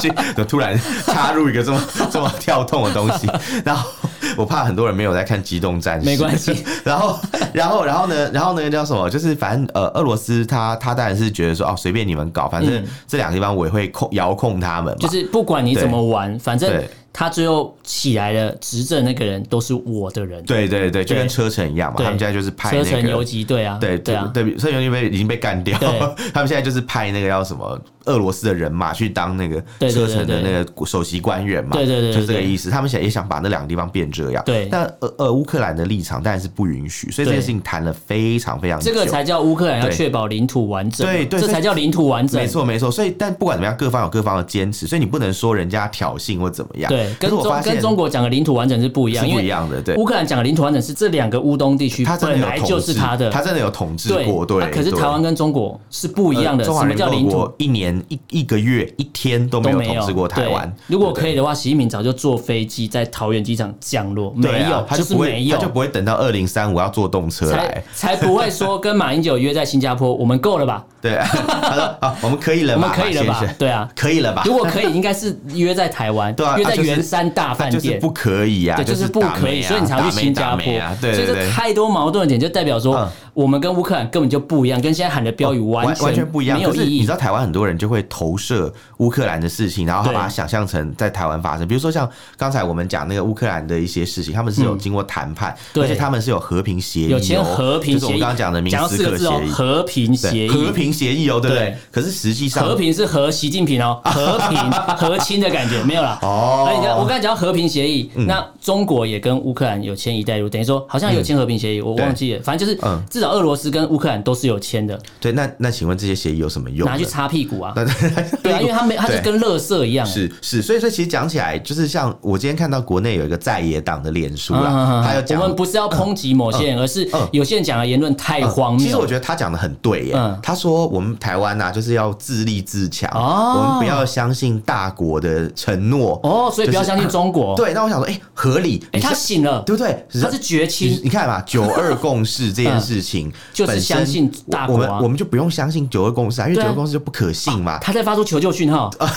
Speaker 1: 去 <laughs> 就突然插入一个这么这么跳动的东西，然后我怕很多人没有在看《机动战士》，
Speaker 2: 没关系。
Speaker 1: <laughs> 然后，然后，然后呢？然后那个叫什么？就是反正呃，俄罗斯他他当然是觉得说哦，随便你们搞，反正
Speaker 2: 嗯
Speaker 1: 这两个地方我也会控遥控他们嘛。
Speaker 2: 就是不管你怎么玩，反正
Speaker 1: 对
Speaker 2: 他最后起来了，执政那个人都是我的人。
Speaker 1: 对对对，就
Speaker 2: 对
Speaker 1: 跟车臣一样嘛，
Speaker 2: 对
Speaker 1: 他们现在就是派
Speaker 2: 车
Speaker 1: 那
Speaker 2: 臣游
Speaker 1: 个。
Speaker 2: 击队啊，
Speaker 1: 对
Speaker 2: 对啊，
Speaker 1: 对，车臣已经被已经被干掉
Speaker 2: 对，
Speaker 1: <laughs> 他们现在就是派那个叫什么俄罗斯的人马去当那个
Speaker 2: 对对
Speaker 1: 车
Speaker 2: 对
Speaker 1: 臣的
Speaker 2: 对
Speaker 1: 那个首席官员嘛，
Speaker 2: 对对对对
Speaker 1: 就是这个
Speaker 2: 对
Speaker 1: 意思。他们想也想把那两个地方变这样，
Speaker 2: 对
Speaker 1: 但呃呃，乌克兰的立场当然是不允许，所以这件
Speaker 2: 对
Speaker 1: 事情谈了非常非常久。
Speaker 2: 这个才叫乌克兰要
Speaker 1: 对
Speaker 2: 确保领土完整嘛，
Speaker 1: 对对
Speaker 2: 这
Speaker 1: 所以
Speaker 2: 才叫领土完整啊
Speaker 1: 没。错，没错。所以，但不管怎么样，各方有各方的坚持，所以你不能说人家挑衅或怎么样。
Speaker 2: 对，
Speaker 1: 可
Speaker 2: 跟
Speaker 1: 是我发
Speaker 2: 中
Speaker 1: 现
Speaker 2: 跟中国讲的领土完整是不一
Speaker 1: 是
Speaker 2: 样，
Speaker 1: 不一
Speaker 2: 因为
Speaker 1: 样的，对。
Speaker 2: 乌克兰讲的领土完整是这两个乌东地区
Speaker 1: 他真的
Speaker 2: 本
Speaker 1: 有
Speaker 2: 来
Speaker 1: 统治
Speaker 2: 就是他的，
Speaker 1: 他真的有统治
Speaker 2: 对
Speaker 1: 过，对。
Speaker 2: 啊可是
Speaker 1: 对
Speaker 2: 台湾跟中国是不一样的，
Speaker 1: 呃中华
Speaker 2: 什么
Speaker 1: 人
Speaker 2: 叫
Speaker 1: 民
Speaker 2: 领
Speaker 1: 共
Speaker 2: 土
Speaker 1: 国一年一一个月一天都没
Speaker 2: 都
Speaker 1: 有
Speaker 2: 没
Speaker 1: 统
Speaker 2: 有
Speaker 1: 治过台湾
Speaker 2: 对。如果可
Speaker 1: 以，
Speaker 2: 以的话，习近平早就坐飞机在桃园机场降落，
Speaker 1: 对
Speaker 2: 没
Speaker 1: 啊
Speaker 2: 有，
Speaker 1: 他就是不会
Speaker 2: 没有
Speaker 1: 他就。不会等到二零三五要坐动车
Speaker 2: 才
Speaker 1: 来。
Speaker 2: 才不会说跟马英九约在新加坡，我们够了
Speaker 1: <laughs>
Speaker 2: 吧？
Speaker 1: 对，他说啊，我们可以了
Speaker 2: 我
Speaker 1: 吧，
Speaker 2: 们可以了
Speaker 1: 马
Speaker 2: 吧
Speaker 1: 先生？
Speaker 2: 对啊，
Speaker 1: 可以了吧？
Speaker 2: 如果可以，应该是约在台
Speaker 1: <laughs>
Speaker 2: 湾，
Speaker 1: 对啊
Speaker 2: 约在
Speaker 1: 啊就是
Speaker 2: 圆山大
Speaker 1: 他
Speaker 2: 饭
Speaker 1: 就是
Speaker 2: 店，
Speaker 1: 不可以啊，
Speaker 2: 对，就是不
Speaker 1: 打
Speaker 2: 可
Speaker 1: 妹
Speaker 2: 以，
Speaker 1: 啊
Speaker 2: 所以你才会去新加
Speaker 1: 打
Speaker 2: 坡
Speaker 1: 妹打妹啊。对
Speaker 2: 所以
Speaker 1: 对
Speaker 2: 这
Speaker 1: 对。
Speaker 2: 太多矛盾的点，就代表说
Speaker 1: 嗯
Speaker 2: 我们跟乌克兰根本就不一样，跟现在喊的标语
Speaker 1: 哦完
Speaker 2: 全完
Speaker 1: 全不一样，
Speaker 2: 没有
Speaker 1: 可
Speaker 2: 意
Speaker 1: 是你
Speaker 2: 义
Speaker 1: 知。道台湾很多人就会投射乌克兰的事情，然后他
Speaker 2: 对
Speaker 1: 把它想象成在台湾发生。比如说像刚才我们讲那个乌克兰的一些事情，他们是有经过谈判，
Speaker 2: 嗯对
Speaker 1: 而且他们是有和平协议哦，
Speaker 2: 有签和平
Speaker 1: 就是我
Speaker 2: 协
Speaker 1: 们
Speaker 2: 议，
Speaker 1: 刚刚讲的明
Speaker 2: 到
Speaker 1: 斯
Speaker 2: 四
Speaker 1: 克
Speaker 2: 个
Speaker 1: 协
Speaker 2: 字哦，
Speaker 1: 议。
Speaker 2: 和平协
Speaker 1: 对，
Speaker 2: 议，
Speaker 1: 和平协议哦，对不对
Speaker 2: 对？
Speaker 1: 可是实际上，
Speaker 2: 和平是和习近平
Speaker 1: <laughs>
Speaker 2: 哦，和平和亲的感觉没有啦。
Speaker 1: 哦嗯
Speaker 2: 而且你看我刚才讲到和平协议，那中国也跟乌克兰有签“一带一路”，等于说好像有签和平协议，我
Speaker 1: 对
Speaker 2: 忘记了。反正就是
Speaker 1: 嗯
Speaker 2: 至少俄罗斯跟乌克兰都是有签的，
Speaker 1: 对，那那请问这些协议有什么用呢？
Speaker 2: 拿去擦屁股啊。
Speaker 1: 那 <laughs>
Speaker 2: 对啊，因为他没，他就
Speaker 1: 对
Speaker 2: 跟垃圾一样。啊
Speaker 1: 是是，所以说其实讲起来，就是像我今天看到国内有一个在野党的脸
Speaker 2: 嗯
Speaker 1: 书啦，他有讲
Speaker 2: 我们不是要抨击某些人，而是
Speaker 1: 嗯
Speaker 2: 有些人讲的言论太哎荒
Speaker 1: 其实我
Speaker 2: 谬。
Speaker 1: 觉得他讲的很对耶，
Speaker 2: 嗯
Speaker 1: 他说我们台湾呐、啊就是要自立自强，
Speaker 2: 哦
Speaker 1: 我们不要相信大国的承诺。
Speaker 2: 哦，所以不要
Speaker 1: 就是
Speaker 2: 相信中国。，
Speaker 1: 对，那我想说，哎、合理，
Speaker 2: 哎，
Speaker 1: 你
Speaker 2: 他
Speaker 1: 是
Speaker 2: 醒了，
Speaker 1: 对不对？
Speaker 2: 他是绝
Speaker 1: 你
Speaker 2: 亲，
Speaker 1: 你看
Speaker 2: <laughs>
Speaker 1: 嘛，九二共识这件事情
Speaker 2: 就是
Speaker 1: 本身
Speaker 2: 相信大国啊
Speaker 1: 我们我们就不用相信九二共识啊，因为
Speaker 2: 对
Speaker 1: 九
Speaker 2: 啊
Speaker 1: 二共识就不可信嘛。
Speaker 2: 他在发出求救讯号。
Speaker 1: 啊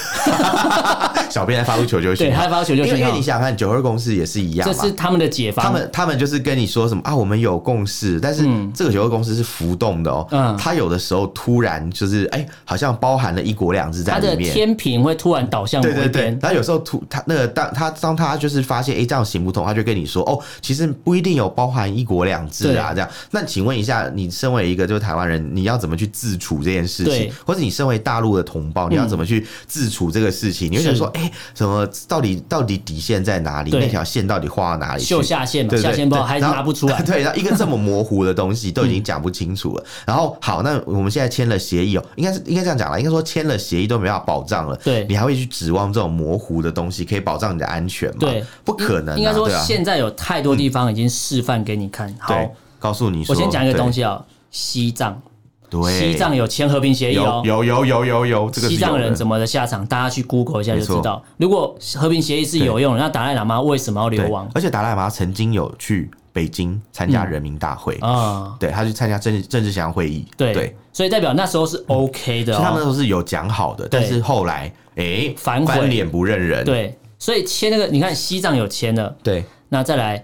Speaker 1: 小编在发出求救
Speaker 2: 对，
Speaker 1: 信
Speaker 2: 他
Speaker 1: 号
Speaker 2: 在，发出求
Speaker 1: 因
Speaker 2: 救
Speaker 1: 为
Speaker 2: 讯
Speaker 1: 因为
Speaker 2: 号
Speaker 1: 你。想想看，九二共识也是一样
Speaker 2: 啊这
Speaker 1: 嘛，
Speaker 2: 是他们的解方。
Speaker 1: 他们他们就是跟你说什么啊，我们有共识，但是这个九个共识是浮动的哦，
Speaker 2: 嗯
Speaker 1: 它有的时候突然就是哎、好像包含了一国两制在
Speaker 2: 它
Speaker 1: 里
Speaker 2: 的
Speaker 1: 面。
Speaker 2: 天平会突然倒向某
Speaker 1: 对对
Speaker 2: 一
Speaker 1: 对
Speaker 2: 边，。
Speaker 1: 然后有时候突他那个当他当他就是发现哎、这样行不通，他就跟你说哦，其实不一定有包含一国两制啊这样。那请问一下，你身为一个就是台湾人，你要怎么去自处这件事情
Speaker 2: 对？嗯
Speaker 1: 或者你身为大陆的同胞，你要怎么去自处这个事情？你会想说哎、什么到底到底底线在哪里？
Speaker 2: 对
Speaker 1: 那条线到底画到哪里去？
Speaker 2: 秀下限嘛，
Speaker 1: 对对
Speaker 2: 下限不好
Speaker 1: 对
Speaker 2: 还是
Speaker 1: 然后
Speaker 2: 拿不出来。
Speaker 1: <laughs>
Speaker 2: 嗯
Speaker 1: 对，然后一个这么模糊的东西都已经讲不清楚了。然后好，那我们现在签了协议哦，应该是应该这样讲啦，应该说签了协议都没办法保障了。
Speaker 2: 对
Speaker 1: 你还会去指望这种模糊的东西可以保障你的安全吗？
Speaker 2: 对，
Speaker 1: 不可能、啊。
Speaker 2: 应该说
Speaker 1: 对啊，
Speaker 2: 现在有太多地方已经示范给你看。
Speaker 1: 对
Speaker 2: 好，，
Speaker 1: 告诉你说，
Speaker 2: 我先讲一个东
Speaker 1: 西，
Speaker 2: 西啊，西藏，
Speaker 1: 对，
Speaker 2: 西藏有签和平协议
Speaker 1: 有
Speaker 2: 哦。
Speaker 1: 有有有有有，这个是
Speaker 2: 西藏
Speaker 1: 有
Speaker 2: 人
Speaker 1: 的
Speaker 2: 怎么的下场？大家去 Google 一下就知
Speaker 1: 没
Speaker 2: 道。如果和平协议是有用的，那达赖喇嘛为什么要流
Speaker 1: 对
Speaker 2: 亡？
Speaker 1: 而且达赖喇嘛曾经有去北京参
Speaker 2: 嗯
Speaker 1: 加人民大会，
Speaker 2: 啊？
Speaker 1: 对他去参加政治政治协商会议，
Speaker 2: 对，所以代表那时候是 OK 的
Speaker 1: 嗯所以他们那时
Speaker 2: 哦。
Speaker 1: 候是有讲好的，但
Speaker 2: 对
Speaker 1: 是后来哎
Speaker 2: 反悔
Speaker 1: 翻脸不认人，
Speaker 2: 对，所以签那个，你看西藏有签了，
Speaker 1: 对，
Speaker 2: 那再来，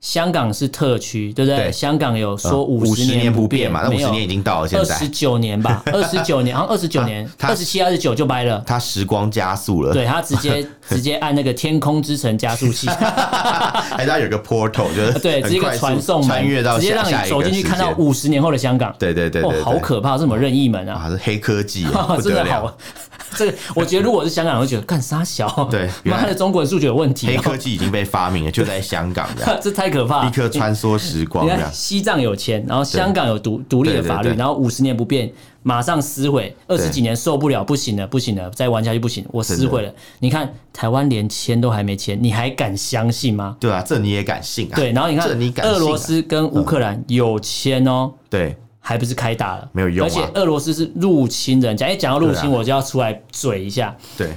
Speaker 2: 香港是特区，对不对？
Speaker 1: 对嗯
Speaker 2: 香港有说
Speaker 1: 哦五
Speaker 2: 十
Speaker 1: 年
Speaker 2: 不
Speaker 1: 变嘛，那五
Speaker 2: 没
Speaker 1: 十
Speaker 2: 有
Speaker 1: 年已经到了现
Speaker 2: 二
Speaker 1: 在
Speaker 2: 十，九年
Speaker 1: <laughs>
Speaker 2: 吧，二十九年，好像二十九年，
Speaker 1: 他
Speaker 2: 二十七、二十九就掰了。
Speaker 1: 它时光加速了，
Speaker 2: 对，他直接直接按那个天空之城加速器，
Speaker 1: <laughs> 还是它有个 portal，就是
Speaker 2: <laughs> 对，直接
Speaker 1: 很
Speaker 2: 一
Speaker 1: 快
Speaker 2: 个
Speaker 1: 速
Speaker 2: 传送门
Speaker 1: 穿越到
Speaker 2: 直接
Speaker 1: 下
Speaker 2: 让
Speaker 1: 下
Speaker 2: 你
Speaker 1: 一
Speaker 2: 走
Speaker 1: 个
Speaker 2: 进去
Speaker 1: 时间
Speaker 2: 看到五十年后的香港。
Speaker 1: 对对对对，
Speaker 2: 哦，
Speaker 1: 对
Speaker 2: 好，可怕，这么任意门啊！
Speaker 1: 啊，是黑科
Speaker 2: <laughs>
Speaker 1: 技耶，不
Speaker 2: 哦真
Speaker 1: 得
Speaker 2: 的
Speaker 1: 了
Speaker 2: 好，，这个我觉得如果我是香港人，我会觉得干啥小？
Speaker 1: 对原来
Speaker 2: 妈的，中国人数学有问题
Speaker 1: 黑
Speaker 2: 哦，
Speaker 1: 科技已经被发明了，就在香港
Speaker 2: <laughs>
Speaker 1: 这样，
Speaker 2: 这太可怕了
Speaker 1: 立。刻穿梭时光
Speaker 2: 你
Speaker 1: 这
Speaker 2: <laughs> 看
Speaker 1: 样。
Speaker 2: 西藏有钱，然后香港有独独立的法律
Speaker 1: 对对，对
Speaker 2: 然后五十年不变，马上撕毁，二
Speaker 1: 对
Speaker 2: 十几年受不了，不行了，不行了，再玩下去不行，我撕毁了。你看台湾连签都还没签，你还敢相信吗？
Speaker 1: 对啊，这你也敢信啊？
Speaker 2: 对，然后你看
Speaker 1: 这你敢信啊？嗯
Speaker 2: 俄罗斯跟乌克兰有签哦。
Speaker 1: 对
Speaker 2: 还不是开打了，
Speaker 1: 没有用啊
Speaker 2: 而且俄罗斯是入侵人家，哎，讲到入侵，
Speaker 1: 对啊
Speaker 2: 我就要出来嘴一下。
Speaker 1: 对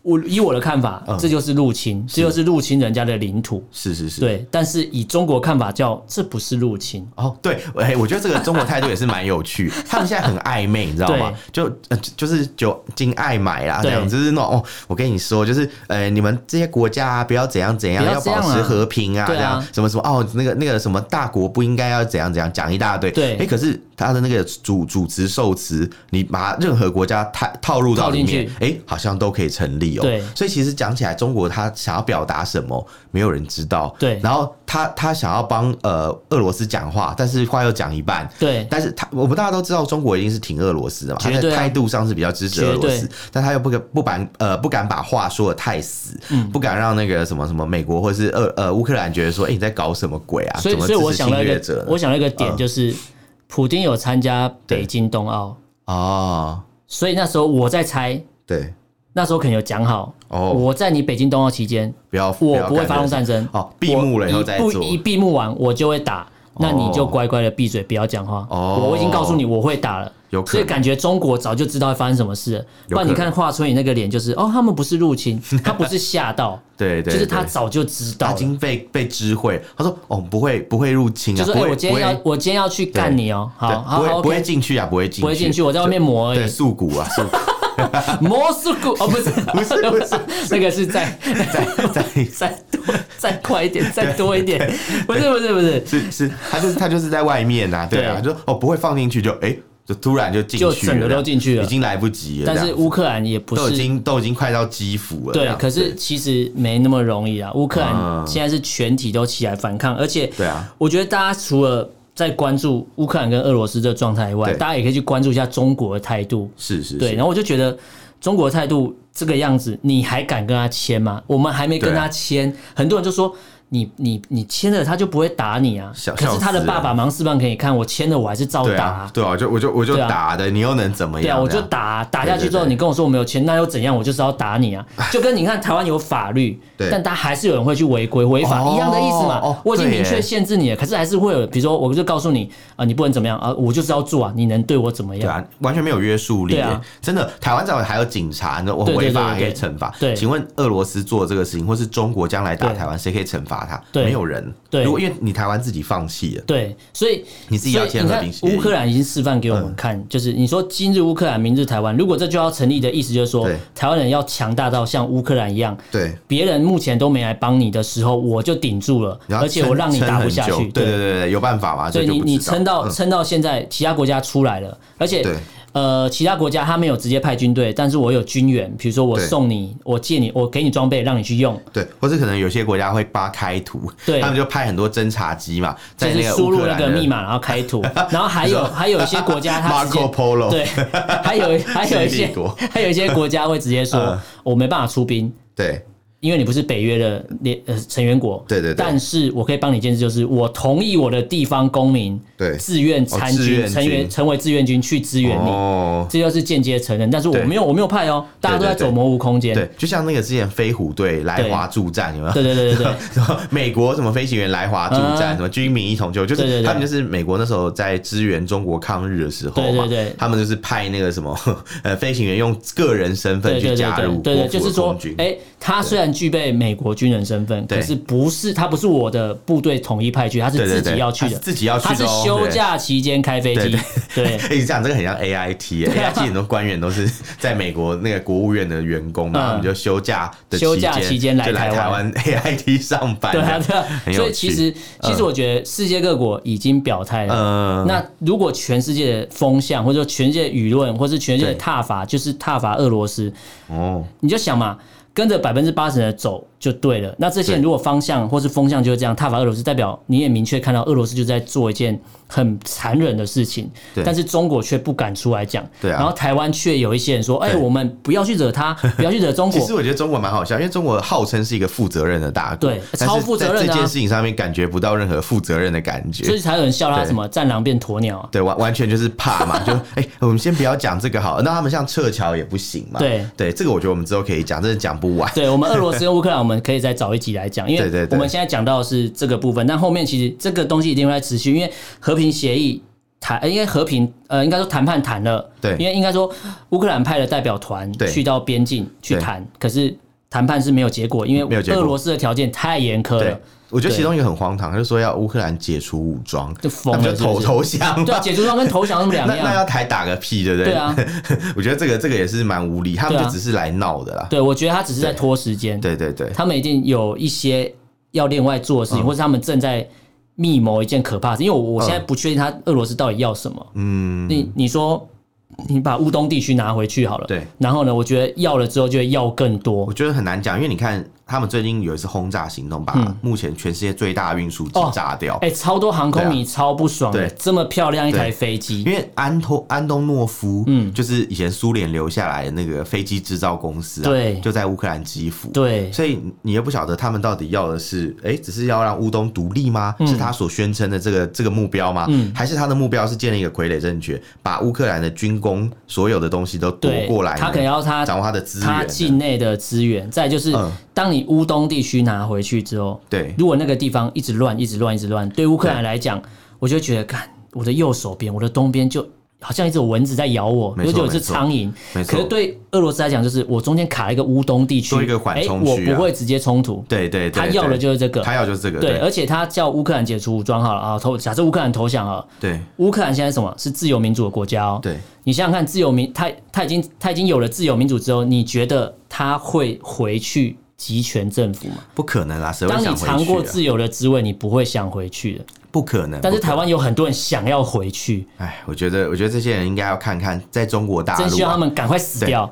Speaker 2: 我以我的看法，
Speaker 1: 嗯
Speaker 2: 这就是入侵，这就是入侵人家的领土。
Speaker 1: 是是是，。
Speaker 2: 对，但是以中国看法叫这不是入侵，
Speaker 1: 哦，对，哎、我觉得这个中国态度也是蛮有趣，他们现在很暧昧，你知道吗？就、呃、就是酒精爱买啦，这
Speaker 2: 对
Speaker 1: 样就是那种哦，我跟你说，就是呃，你们这些国家啊，不要怎样怎样，
Speaker 2: 不要
Speaker 1: 要
Speaker 2: 这样
Speaker 1: 保持
Speaker 2: 啊
Speaker 1: 和平啊，
Speaker 2: 对啊
Speaker 1: 这样什么什么哦，那个那个什么大国不应该要怎样怎样，讲一大堆。
Speaker 2: 对
Speaker 1: 哎、可是他的那个主主词受词，你把任何国家套套入到
Speaker 2: 套
Speaker 1: 里
Speaker 2: 进
Speaker 1: 面
Speaker 2: 去，
Speaker 1: 哎、好像都可以成立哦。
Speaker 2: 对
Speaker 1: 所以其实讲起来，中国他想要表达什么，没有人知道。
Speaker 2: 对
Speaker 1: 然后他他想要帮呃俄罗斯讲话，但是话又讲一半。
Speaker 2: 对
Speaker 1: 但是他，我们大家都知道，中国一定是挺俄罗斯的嘛，他
Speaker 2: 绝
Speaker 1: 在
Speaker 2: 对啊
Speaker 1: 态度上是比较支持俄罗
Speaker 2: 绝
Speaker 1: 斯
Speaker 2: 对，
Speaker 1: 但他又不敢不敢呃不敢把话说的太死，
Speaker 2: 嗯
Speaker 1: 不敢让那个什么什么美国或是俄呃乌克兰觉得说，哎、你在搞什么鬼啊？
Speaker 2: 所以
Speaker 1: 怎么
Speaker 2: 所以我
Speaker 1: 支持
Speaker 2: 想到
Speaker 1: 侵
Speaker 2: 一
Speaker 1: 略者
Speaker 2: 个
Speaker 1: 呢，
Speaker 2: 我想到一个点
Speaker 1: 嗯
Speaker 2: 就是，普丁有参加
Speaker 1: 对
Speaker 2: 北京冬奥，
Speaker 1: 哦，
Speaker 2: 所以那时候我在猜，
Speaker 1: 对，
Speaker 2: 那时候可能有讲好，
Speaker 1: 哦
Speaker 2: 我在你北京冬奥期间，
Speaker 1: 不要，
Speaker 2: 我
Speaker 1: 要
Speaker 2: 不会
Speaker 1: 干
Speaker 2: 发动
Speaker 1: 这个
Speaker 2: 战争，
Speaker 1: 哦，闭幕了以后
Speaker 2: 一
Speaker 1: 再
Speaker 2: 不
Speaker 1: 做，
Speaker 2: 一闭幕完我就会打。那你就乖乖的闭嘴，不要讲话。
Speaker 1: 哦
Speaker 2: 我已经告诉你我会打了，
Speaker 1: 有可能
Speaker 2: 所以感觉中国早就知道会发生什么事了。
Speaker 1: 有可能
Speaker 2: 不然你看华春莹那个脸，就是哦，他们不是
Speaker 1: <laughs>
Speaker 2: 入侵，他不是吓到，
Speaker 1: 对对
Speaker 2: 就是他
Speaker 1: 对
Speaker 2: 早就知道
Speaker 1: 他
Speaker 2: 了
Speaker 1: 已。经被被知会，他说哦不会不会入侵啊，
Speaker 2: 就说
Speaker 1: 不
Speaker 2: 哎，
Speaker 1: 会
Speaker 2: 我今天要
Speaker 1: 不会
Speaker 2: 我今天要去干你哦，好
Speaker 1: 对
Speaker 2: 好
Speaker 1: 不
Speaker 2: 好
Speaker 1: 会不会 <laughs>
Speaker 2: ，OK，
Speaker 1: 进去啊，不会进去，
Speaker 2: 不会进去，我在外面磨而
Speaker 1: 对
Speaker 2: 已。
Speaker 1: 素骨啊，
Speaker 2: <laughs>
Speaker 1: 素骨
Speaker 2: 魔术谷哦，不是不
Speaker 1: 是不是，
Speaker 2: <laughs> 那个是再
Speaker 1: 在
Speaker 2: <laughs> 再多再快一点，再多一点，不是不是不是，
Speaker 1: 是是，他就是他就是在外面啊，对啊，
Speaker 2: 对
Speaker 1: 就哦不会放进去就哎、就突然就进去了，
Speaker 2: 就整个都进去了
Speaker 1: 已经来不及了，
Speaker 2: 但
Speaker 1: 这
Speaker 2: 是
Speaker 1: 样子
Speaker 2: 乌克兰也不
Speaker 1: 都已
Speaker 2: 是
Speaker 1: 经都已经快到基辅了，这
Speaker 2: 对，
Speaker 1: 样子
Speaker 2: 可是其实没那么容易啊。乌克
Speaker 1: 嗯
Speaker 2: 兰现在是全体都起来反抗，而且
Speaker 1: 对啊，
Speaker 2: 我觉得大家除了在关注乌克兰跟俄罗斯这个状态以外，
Speaker 1: 对
Speaker 2: 大家也可以去关注一下中国的态度。
Speaker 1: 是是
Speaker 2: 对，
Speaker 1: 是，
Speaker 2: 然后我就觉得中国的态度这个样子，你还敢跟他签吗？我们还没跟
Speaker 1: 对啊
Speaker 2: 他签，很多人就说。你你你签了他就不会打你啊
Speaker 1: 小，
Speaker 2: 可
Speaker 1: 笑
Speaker 2: 是
Speaker 1: 死
Speaker 2: 他的
Speaker 1: 人
Speaker 2: 爸爸忙示范给你看，我签了我还是照
Speaker 1: 对
Speaker 2: 打、
Speaker 1: 啊，对啊，我就我就我就
Speaker 2: 对啊
Speaker 1: 打的，你又能怎么
Speaker 2: 对
Speaker 1: 样？
Speaker 2: 啊，我
Speaker 1: 这
Speaker 2: 就
Speaker 1: 样
Speaker 2: 打啊打下去之后，
Speaker 1: 对对对
Speaker 2: 你跟我说我没有钱，那又怎样？我就是要打你
Speaker 1: <laughs>
Speaker 2: 啊！就跟你看台湾有法律
Speaker 1: 对，
Speaker 2: 但他还是有人会去违规违法
Speaker 1: 哦
Speaker 2: 一样的意思嘛
Speaker 1: 哦。
Speaker 2: 我已经
Speaker 1: 对耶
Speaker 2: 明确限制你了，可是还是会有，比如说我就告诉你啊，你不能怎么样啊，我就是要做啊，你能对我怎么
Speaker 1: 对
Speaker 2: 样？
Speaker 1: 啊，完全没有约束力耶、
Speaker 2: 对啊
Speaker 1: 真的，台湾在还有警察呢，我
Speaker 2: 对对
Speaker 1: 违法还可
Speaker 2: 对
Speaker 1: 以
Speaker 2: 对
Speaker 1: 惩罚。
Speaker 2: 对
Speaker 1: 请问俄罗斯做这个事情，或是中国将来打
Speaker 2: 对
Speaker 1: 台湾，谁可以惩罚他？
Speaker 2: 对
Speaker 1: 没有人。
Speaker 2: 对
Speaker 1: 如果因为你台湾自己放弃了，
Speaker 2: 对，所以
Speaker 1: 你自己要签
Speaker 2: 所以
Speaker 1: 和平
Speaker 2: 你
Speaker 1: 协议嗯
Speaker 2: 看乌克兰已经示范给我们看，就是你说今日乌克兰，明日台湾，如果这就要成立的意思，就是说
Speaker 1: 对
Speaker 2: 台湾人要强大到像乌克兰一样，
Speaker 1: 对，
Speaker 2: 别人目前都没来帮你的时候，我就顶住了，
Speaker 1: 然后
Speaker 2: 而且我让你打不下去。
Speaker 1: 对对对对，有办法吗？这
Speaker 2: 所以
Speaker 1: 就
Speaker 2: 你
Speaker 1: 不
Speaker 2: 你
Speaker 1: 知道
Speaker 2: 撑到
Speaker 1: 嗯
Speaker 2: 撑到现在，其他国家出来了，而且
Speaker 1: 对
Speaker 2: 呃，其他国家他没有直接派军队，但是我有军援，比如说我
Speaker 1: 对
Speaker 2: 送你，我借你，我给你装备让你去用，
Speaker 1: 对，或是可能有些国家会扒开图，
Speaker 2: 对
Speaker 1: 他们就派很多侦察机嘛，
Speaker 2: 就
Speaker 1: 在
Speaker 2: 是
Speaker 1: 那个
Speaker 2: 输
Speaker 1: 乌
Speaker 2: 入
Speaker 1: 克
Speaker 2: 那
Speaker 1: 兰
Speaker 2: 个
Speaker 1: 的
Speaker 2: 密码然后
Speaker 1: <laughs>
Speaker 2: 开图，然后还有还有一些国家他直接
Speaker 1: Marco Polo
Speaker 2: 对，
Speaker 1: <laughs>
Speaker 2: 还有还有
Speaker 1: 新
Speaker 2: 一
Speaker 1: 帝
Speaker 2: 些
Speaker 1: 国
Speaker 2: 还有一些国家会直接说
Speaker 1: 嗯，
Speaker 2: 我没办法出兵。
Speaker 1: 对
Speaker 2: 因为你不是北约的联呃成员国，
Speaker 1: 对对对
Speaker 2: 但是我可以帮你建制，就是我同意我的地方公民
Speaker 1: 对
Speaker 2: 自愿参
Speaker 1: 哦志
Speaker 2: 军，
Speaker 1: 愿
Speaker 2: 成员
Speaker 1: 军
Speaker 2: 成为志愿军去支援你，
Speaker 1: 哦。
Speaker 2: 这就是间接承认，但是我
Speaker 1: 对
Speaker 2: 没有我没有派哦，大家都在
Speaker 1: 对对对
Speaker 2: 走模糊空间。
Speaker 1: 对，就像那个之前飞虎队来华助战，有没有？
Speaker 2: 对对对对对
Speaker 1: <laughs> 然后美国什么飞行员来华助战，
Speaker 2: 嗯
Speaker 1: 什么军民一同救，就
Speaker 2: 对对
Speaker 1: 是
Speaker 2: 对
Speaker 1: 他们就是美国那时候在支援中国抗日的时候嘛
Speaker 2: 对对对，
Speaker 1: 他们就是派那个什么呃飞行员用个人身份
Speaker 2: 对
Speaker 1: <laughs> 去
Speaker 2: 对对
Speaker 1: 加入
Speaker 2: 对对
Speaker 1: 国
Speaker 2: 对，
Speaker 1: 服
Speaker 2: 就
Speaker 1: 的
Speaker 2: 是说
Speaker 1: 空军，
Speaker 2: 哎，他虽然具备美国军人身份，
Speaker 1: 对
Speaker 2: 可是不是他不是我的部队统一派去，他是
Speaker 1: 对对
Speaker 2: 自
Speaker 1: 对
Speaker 2: 己要去
Speaker 1: 他
Speaker 2: 的
Speaker 1: 是，自己要去
Speaker 2: 他
Speaker 1: 的
Speaker 2: 是
Speaker 1: 哦
Speaker 2: 休
Speaker 1: 对
Speaker 2: 假期间开飞
Speaker 1: 对
Speaker 2: 机
Speaker 1: 对，
Speaker 2: 对
Speaker 1: 哎、你讲这个很像 AIT，AIT、AIT
Speaker 2: 啊
Speaker 1: 很多官员都是在美国那个国务院的员工嘛，
Speaker 2: 嗯
Speaker 1: 他们就休假的
Speaker 2: 休假
Speaker 1: 期
Speaker 2: 期间来
Speaker 1: 就来台
Speaker 2: 台
Speaker 1: 湾 AIT 上班， <laughs>
Speaker 2: 对啊对啊，
Speaker 1: 很有
Speaker 2: 所以其
Speaker 1: 趣嗯
Speaker 2: 实其实我觉得世界各国已经表态了，
Speaker 1: 呃，
Speaker 2: 那如果全世界的风向，或者说全世界的舆论，或是全世界的
Speaker 1: 对
Speaker 2: 踏伐，就是踏伐俄罗斯，
Speaker 1: 哦，
Speaker 2: 你就想嘛，跟着百分之八十的走就对了。那这些人
Speaker 1: 对
Speaker 2: 如果方向或是风向就是这样踏伐俄罗斯，代表你也明确看到俄罗斯就在做一件很残忍的事情
Speaker 1: 对，
Speaker 2: 但是中国却不敢出来讲。
Speaker 1: 对啊
Speaker 2: 然后台湾却有一些人说：“哎、
Speaker 1: 对
Speaker 2: 我们不要去惹他，不要去惹
Speaker 1: <laughs>
Speaker 2: 中
Speaker 1: 其实
Speaker 2: 国。
Speaker 1: 我觉得中国蛮好笑，因为中国号称是一个负责任的大国，
Speaker 2: 对
Speaker 1: 但是
Speaker 2: 超负责任
Speaker 1: 在
Speaker 2: 啊
Speaker 1: 这件事情上面感觉不到任何负责任的感”
Speaker 2: 所
Speaker 1: 觉
Speaker 2: 以。才有人笑他
Speaker 1: 对
Speaker 2: 什么“战狼变鸵鸟”啊。
Speaker 1: 对，完完全就是怕
Speaker 2: <laughs>
Speaker 1: 嘛，就哎、我们先不要讲这个好了。那他们像撤侨也不行嘛。
Speaker 2: 对
Speaker 1: 对，这个我觉得我们之后可以讲，真的讲不完。
Speaker 2: <laughs> 对我们俄罗斯跟乌克兰，我们可以再找一集来讲，因为
Speaker 1: 对对对
Speaker 2: 我们现在讲到的是这个部分，但后面其实这个东西一定会在持续，因为和平协议谈，呃应该和平，呃，应该说谈判谈了，
Speaker 1: 对
Speaker 2: 因为应该说乌克兰派的代表团
Speaker 1: 对
Speaker 2: 去到边境去
Speaker 1: 对
Speaker 2: 谈，可是谈判是没有结果，因
Speaker 1: 没
Speaker 2: 为
Speaker 1: 有结果
Speaker 2: 俄罗斯的条件太严苛了
Speaker 1: 对。，呃我觉得
Speaker 2: 对
Speaker 1: 其中一个很荒唐，他就说要乌克兰解除武装，
Speaker 2: 就疯了
Speaker 1: 那不
Speaker 2: 是
Speaker 1: 就
Speaker 2: 不
Speaker 1: 投
Speaker 2: 是
Speaker 1: 投降
Speaker 2: 对啊，
Speaker 1: 吗？
Speaker 2: 解除装跟投降是
Speaker 1: <laughs>
Speaker 2: 两
Speaker 1: 那那
Speaker 2: 样。
Speaker 1: 要台打个屁，对不对？
Speaker 2: 对啊，
Speaker 1: 我觉得这个这个也是蛮无理，他们
Speaker 2: 对啊
Speaker 1: 就只是来闹的啦。
Speaker 2: 对，我觉得他只是在拖时间，
Speaker 1: 对对对，
Speaker 2: 他们一定有一些要另外做
Speaker 1: 嗯
Speaker 2: 的事情，或者他们正在密谋一件可怕的事。因为我我现在不确定他俄罗斯到底要什么。
Speaker 1: 嗯，
Speaker 2: 你你说你把乌东地区拿回去好了，
Speaker 1: 对。
Speaker 2: 然后呢，我觉得要了之后就会要更多
Speaker 1: 我。觉得很难讲，因为你看他们最近有一次轰炸行动，把目前全世界最大的运输机
Speaker 2: 嗯哦
Speaker 1: 炸掉。
Speaker 2: 哎、超多航空迷超不爽的，
Speaker 1: 啊对
Speaker 2: 这么漂亮一台
Speaker 1: 对
Speaker 2: 飞机，
Speaker 1: 因为安托安东诺夫，嗯，就是以前苏联留下来的那个飞机制造公司、啊，
Speaker 2: 对
Speaker 1: 就在乌克兰基辅，
Speaker 2: 对
Speaker 1: 所以你又不晓得他们到底要的是，哎、只是要让乌东独立吗？
Speaker 2: 嗯
Speaker 1: 是他所宣称的这个这个目标吗？还是他的目标是建立一个傀儡政权，把乌克兰的军工所有的东西都夺
Speaker 2: 对
Speaker 1: 过来，
Speaker 2: 他可能要他
Speaker 1: 掌握他的资源
Speaker 2: 它
Speaker 1: 呢，
Speaker 2: 境内的资源，再就是
Speaker 1: 嗯
Speaker 2: 当你乌东地区拿回去之后，
Speaker 1: 对
Speaker 2: 如果那个地方一直乱、一直乱、一直乱，对乌克兰来讲，我就觉得，看我的右手边、我的东边就好像一只蚊子在咬我，
Speaker 1: 没
Speaker 2: 就
Speaker 1: 错
Speaker 2: 有一只苍蝇
Speaker 1: 没。错
Speaker 2: 可是对俄罗斯来讲，就是我中间卡了一个乌东地区，
Speaker 1: 做一个缓
Speaker 2: 哎
Speaker 1: 冲区啊
Speaker 2: 我不会直接冲突。
Speaker 1: 对对对，
Speaker 2: 他要的
Speaker 1: 对
Speaker 2: 就是这个，
Speaker 1: 他要就是这个，
Speaker 2: 对，
Speaker 1: 对
Speaker 2: 而且他叫乌克兰解除武装好了啊，投假设乌克兰投降啊，
Speaker 1: 对
Speaker 2: 乌克兰现在什么是自由民主的国家哦？
Speaker 1: 对，
Speaker 2: 你想想看，自由民他他已经他已经有了自由民主之后，你觉得他会回去集权政府吗？
Speaker 1: 不可能啦，谁会
Speaker 2: 当你
Speaker 1: 想
Speaker 2: 尝
Speaker 1: 回
Speaker 2: 过
Speaker 1: 去、啊？
Speaker 2: 自由的滋味，你不会想回去的。
Speaker 1: 不可能。
Speaker 2: 但是
Speaker 1: 不可能
Speaker 2: 台湾有很多人想要回去，
Speaker 1: 哎，我觉得，我觉得这些人应该要看看在中国大陆、啊，
Speaker 2: 真希望他们赶快死掉。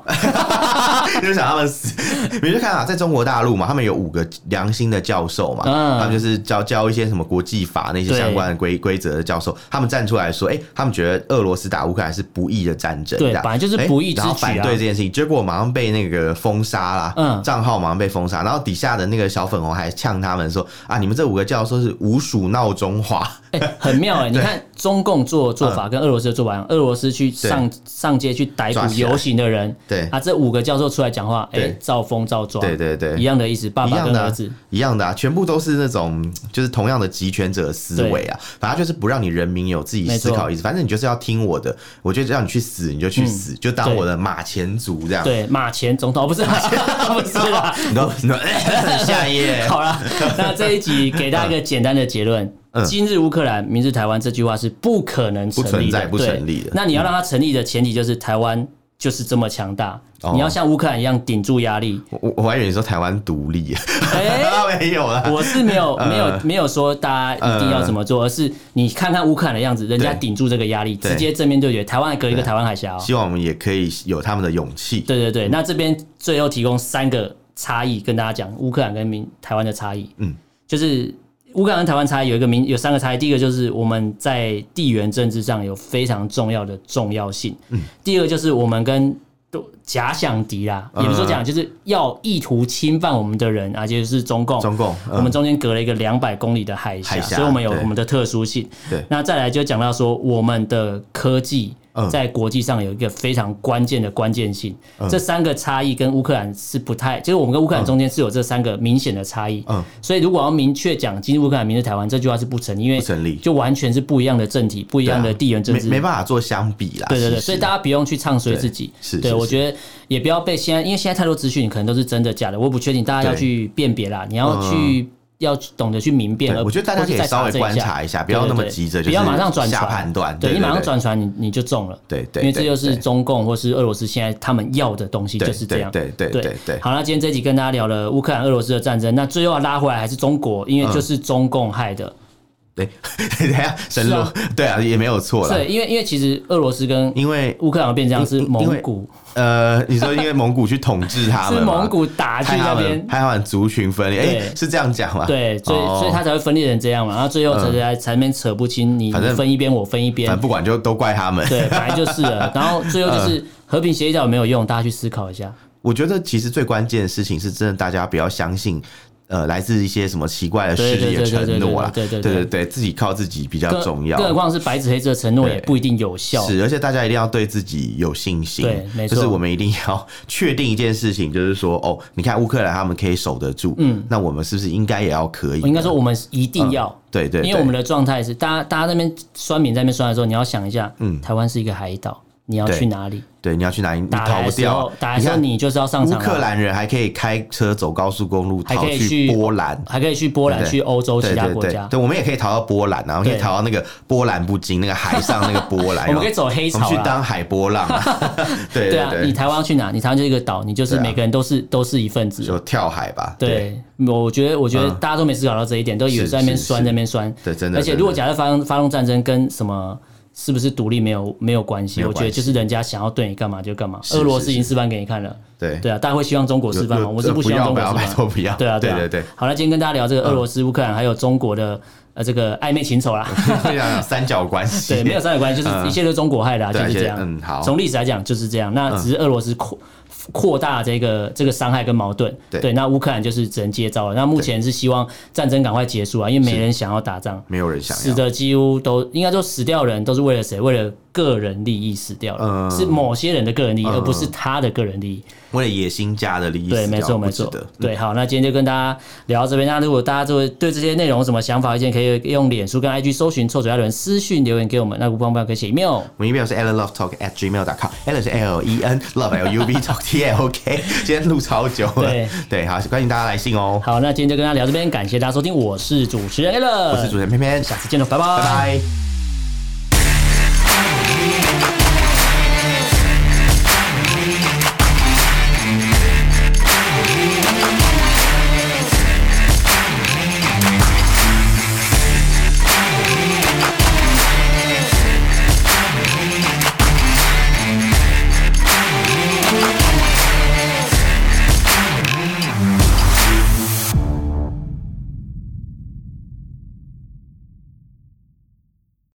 Speaker 1: 就想他们死。 <laughs> 你就看啊，在中国大陆嘛，他们有五个良心的教授嘛，
Speaker 2: 嗯
Speaker 1: 他们就是教教一些什么国际法那些
Speaker 2: 对
Speaker 1: 相关的规规则的教授，他们站出来说，哎、他们觉得俄罗斯打乌克兰是不义的战争，
Speaker 2: 对
Speaker 1: 这样
Speaker 2: 本来就是不义之举啊
Speaker 1: 哎然后反对这件事情，结果马上被那个封杀啦，
Speaker 2: 嗯
Speaker 1: 账号马上被封杀，然后底下的那个小粉红还呛他们说，啊，你们这五个教授是五鼠闹中华， <laughs>
Speaker 2: <laughs> 哎很妙哎、你看中共做做法跟俄罗斯的做法一样，俄罗斯去上上街去逮
Speaker 1: 嗯
Speaker 2: 捕
Speaker 1: 抓起来
Speaker 2: 游行的人，
Speaker 1: 对
Speaker 2: 啊，这五个教授出来讲话，哎、
Speaker 1: 对
Speaker 2: 照风照抓，
Speaker 1: 对对对
Speaker 2: 一样的意思，爸
Speaker 1: 一
Speaker 2: 爸
Speaker 1: 样
Speaker 2: 跟
Speaker 1: 的啊、
Speaker 2: 儿子，
Speaker 1: 一样的啊，全部都是那种就是同样的集权者思维啊，反正就是不让你人民有自己思考意思，反正你就是要听我的，我就让你去死，你就去死，就当我的马前卒这样。
Speaker 2: 嗯对，马前总统哦不是马前， <laughs> 不是啦，
Speaker 1: 你都你都下一页，
Speaker 2: <laughs> 好啦，那这一集给大家一个简单的结论：
Speaker 1: <laughs> 嗯
Speaker 2: 今日乌克兰，明日台湾，这句话是不可能成立
Speaker 1: 不存
Speaker 2: 的，
Speaker 1: 在不
Speaker 2: 对
Speaker 1: 成立的
Speaker 2: 那你要让它成立的前提就是台湾就是这么强大，
Speaker 1: 哦。
Speaker 2: 你要像乌克兰一样顶住压力
Speaker 1: <laughs> 我我我还以为你说台湾独立， <laughs>
Speaker 2: <laughs>
Speaker 1: 啊
Speaker 2: 哎，
Speaker 1: 没有啦。
Speaker 2: 我是没有
Speaker 1: 嗯
Speaker 2: 没有没有说大家一定要怎么做，而是你看看乌克兰的样子，人家顶住这个压力，
Speaker 1: 对
Speaker 2: 直接正面对决，台湾还隔一个台湾海峡哦。
Speaker 1: 希望我们也可以有他们的勇气。
Speaker 2: 对对对，那这边最后提供三个差异跟大家讲，乌克兰跟民台湾的差异。
Speaker 1: 嗯，
Speaker 2: 就是乌克兰跟台湾差异有一个明有三个差异，第一个就是我们在地缘政治上有非常重要的重要性。嗯，第二个就是我们跟都假想敌啦，
Speaker 1: 啊
Speaker 2: 也不是说讲，就是要意图侵犯我们的人啊，就是中共。
Speaker 1: 中共，嗯
Speaker 2: 我们中间隔了一个两百公里的海峡，
Speaker 1: 海峡
Speaker 2: 所以我们有
Speaker 1: 对
Speaker 2: 我们的特殊性。
Speaker 1: 对
Speaker 2: 那再来就讲到说，我们的科技
Speaker 1: 嗯
Speaker 2: 在国际上有一个非常关键的关键性。这三个差异跟乌克兰是不太，就是我们跟乌克兰中间是有这三个明显的差异。
Speaker 1: 嗯
Speaker 2: 所以如果要明确讲今日乌克兰，明日台湾这句话是不成立，因为
Speaker 1: 不成立
Speaker 2: 就完全是不一样的政体，不一
Speaker 1: 对啊
Speaker 2: 样的地缘政
Speaker 1: 没
Speaker 2: 治。
Speaker 1: 没办法做相比啦。
Speaker 2: 对对
Speaker 1: 其
Speaker 2: 对，
Speaker 1: 实
Speaker 2: 所以大家不用去唱衰自己。
Speaker 1: 是
Speaker 2: 对
Speaker 1: 是
Speaker 2: 我
Speaker 1: 是
Speaker 2: 觉得也不要被现在，因为现在太多资讯可能都是真的假的，我不确定，大家要
Speaker 1: 对
Speaker 2: 去辨别啦，你要去要懂得去明辨。
Speaker 1: 嗯对
Speaker 2: 而
Speaker 1: 我觉得大家
Speaker 2: 不
Speaker 1: 可
Speaker 2: 是
Speaker 1: 以
Speaker 2: 再
Speaker 1: 稍微
Speaker 2: 查证
Speaker 1: 观
Speaker 2: 一下
Speaker 1: 察一啊下，不要那么
Speaker 2: 对对对
Speaker 1: 急着，
Speaker 2: 不要马上转
Speaker 1: 下
Speaker 2: 船
Speaker 1: 判断。
Speaker 2: 对你马上
Speaker 1: 对
Speaker 2: 转船，你你就中了。
Speaker 1: 对对
Speaker 2: 因为这就是
Speaker 1: 对对
Speaker 2: 中共或是俄罗斯现在他们要的东西
Speaker 1: 对
Speaker 2: 就是这样。
Speaker 1: 对对对对对
Speaker 2: 好，那今天这集跟大家聊了乌克兰俄罗斯的战争，那最后要拉回来还是中国，
Speaker 1: 嗯
Speaker 2: 因为就是中共害的。
Speaker 1: 对， <laughs> 等一下神
Speaker 2: 是
Speaker 1: 龙
Speaker 2: 啊，
Speaker 1: 对啊，也没有错啦。
Speaker 2: 对，因为因为其实俄罗斯跟
Speaker 1: 因为
Speaker 2: 乌克兰变这样是
Speaker 1: 因因因为
Speaker 2: 蒙古，
Speaker 1: 呃，你说因为蒙古去统治他们
Speaker 2: 是
Speaker 1: 嘛，
Speaker 2: 蒙古打去
Speaker 1: 害他
Speaker 2: 那边
Speaker 1: 们，害他们族群分裂，哎
Speaker 2: 对，
Speaker 1: 是这样讲吗？
Speaker 2: 对，所以、
Speaker 1: 哦嗯
Speaker 2: 所以他才会分裂成这样嘛，然后最后才才才面扯不清，你
Speaker 1: 反
Speaker 2: 你
Speaker 1: 正
Speaker 2: 分一边，我分一
Speaker 1: 反
Speaker 2: 边
Speaker 1: 正，不管就都怪他们。
Speaker 2: 对，本来就是了。然后最后
Speaker 1: 嗯
Speaker 2: 就是和平协议到底有没有用，大家去思考一下。
Speaker 1: 我觉得其实最关键的事情是真的，大家不要相信呃来自一些什么奇怪的
Speaker 2: 对
Speaker 1: 事
Speaker 2: 对
Speaker 1: 业
Speaker 2: 对对
Speaker 1: 承
Speaker 2: 对
Speaker 1: 诺啦，
Speaker 2: 对对对
Speaker 1: 对
Speaker 2: 对
Speaker 1: 自己靠自己比较
Speaker 2: 更
Speaker 1: 重要。
Speaker 2: 更何况是白纸黑字的承诺也
Speaker 1: 对
Speaker 2: 不一定有效。
Speaker 1: 是，而且大家一定要对自己有信心。
Speaker 2: 对没错
Speaker 1: 就是我们一定要确定一件事情，就是说，哦，你看乌克兰他们可以守得住，嗯，那我们是不是应该也要可以呢？
Speaker 2: 我应该说我们一定要，
Speaker 1: 对嗯对，
Speaker 2: 因为我们
Speaker 1: 的
Speaker 2: 的状态是，大家大家那边酸民在那边酸的时候，你要想一下，台湾是一个海岛，你要
Speaker 1: 嗯对
Speaker 2: 去哪里？
Speaker 1: 对你要去哪里，你
Speaker 2: 打
Speaker 1: 逃
Speaker 2: 来
Speaker 1: 不
Speaker 2: 的时
Speaker 1: 掉
Speaker 2: 候
Speaker 1: 啊。，
Speaker 2: 打来的时候
Speaker 1: 看
Speaker 2: 你就是要上
Speaker 1: 乌
Speaker 2: 场啊，
Speaker 1: 克兰人还可以开车走高速公路
Speaker 2: 还
Speaker 1: 逃
Speaker 2: 可以去
Speaker 1: 波兰。
Speaker 2: 还可以去波兰、
Speaker 1: 对
Speaker 2: 去欧洲
Speaker 1: 对
Speaker 2: 其他
Speaker 1: 对
Speaker 2: 国
Speaker 1: 对
Speaker 2: 家，，
Speaker 1: 对，我们也可以逃到波兰啊，然后可以
Speaker 2: 对
Speaker 1: 逃到那个波澜不惊那个海上那个波兰，
Speaker 2: <laughs> 我们可以走黑
Speaker 1: 我们
Speaker 2: 潮
Speaker 1: 去
Speaker 2: 啦。
Speaker 1: 当海波浪
Speaker 2: <laughs>
Speaker 1: 啊，对
Speaker 2: 对啊，你
Speaker 1: 对，
Speaker 2: 台湾要去哪？你台湾就是一个岛，你就是
Speaker 1: 对啊
Speaker 2: 每个人都是都是一份子。
Speaker 1: 就跳海吧，对
Speaker 2: 对，我觉得我觉得
Speaker 1: 嗯
Speaker 2: 大家都没思考到这一点，都以为
Speaker 1: 是
Speaker 2: 在那边
Speaker 1: 是
Speaker 2: 酸
Speaker 1: 是
Speaker 2: 在那边酸，
Speaker 1: 对，真的。
Speaker 2: 而且
Speaker 1: 真
Speaker 2: 如果
Speaker 1: 的
Speaker 2: 假设发动发动战争跟什么是不是独立没有没有关系，
Speaker 1: 没有
Speaker 2: 我觉得
Speaker 1: 关系
Speaker 2: 就是人家想要对你干嘛就干嘛。
Speaker 1: 是
Speaker 2: 俄罗斯
Speaker 1: 是
Speaker 2: 已经示范给你看了，
Speaker 1: 对
Speaker 2: 对啊，大家会希望中国示范吗？
Speaker 1: 有
Speaker 2: 我是
Speaker 1: 有
Speaker 2: 希望
Speaker 1: 要
Speaker 2: 中
Speaker 1: 不
Speaker 2: 国
Speaker 1: 要，
Speaker 2: 示
Speaker 1: 拜
Speaker 2: 范。
Speaker 1: 托不要。
Speaker 2: 对啊，
Speaker 1: 对
Speaker 2: 啊，
Speaker 1: 对。
Speaker 2: 好了，今天跟大家聊这个俄罗斯、乌克兰还有中国的呃这个暧昧情仇
Speaker 1: <laughs>
Speaker 2: 啦。
Speaker 1: 非常有三角关系，
Speaker 2: 对，没有三角关系，就是一切都是中国害的、啊，就
Speaker 1: 嗯对
Speaker 2: 是这
Speaker 1: 而且
Speaker 2: 样
Speaker 1: 嗯。好嗯
Speaker 2: 从历史来讲就是这样。那只是俄罗斯扩扩大这个这个伤害跟矛盾，
Speaker 1: 对
Speaker 2: 对。那乌克兰就是只能接招了。那目前是希望战争赶快结束啊，因为没人想要打仗，
Speaker 1: <laughs> 没有人想
Speaker 2: 死
Speaker 1: 要。
Speaker 2: 的几乎都应该说死掉的人都是为了谁？为了个人利益死掉了，
Speaker 1: 嗯
Speaker 2: 是某些人的个人利益，
Speaker 1: 嗯
Speaker 2: 而不是他的个人利益。
Speaker 1: 为了野心家的利益，
Speaker 2: 对，没错，没错。
Speaker 1: 嗯
Speaker 2: 对，好，那今天就跟大家聊到这边。那如果大家对对这些内容有什么想法、意见，可以用脸书跟 IG 搜寻“臭嘴艾伦”私讯留言给我们。那不方便可以写 email。
Speaker 1: 我们 email 是 allenlovetalk at gmail com，allen 是 L E N love L U B talk T L O K。今天录超久了，
Speaker 2: 对
Speaker 1: 对，好，欢迎大家来信哦。
Speaker 2: 好，那今天就跟大家聊这边，感谢大家收听，我是主持人 a l
Speaker 1: 我是主持人偏偏，
Speaker 2: 下次见喽，拜
Speaker 1: 拜拜。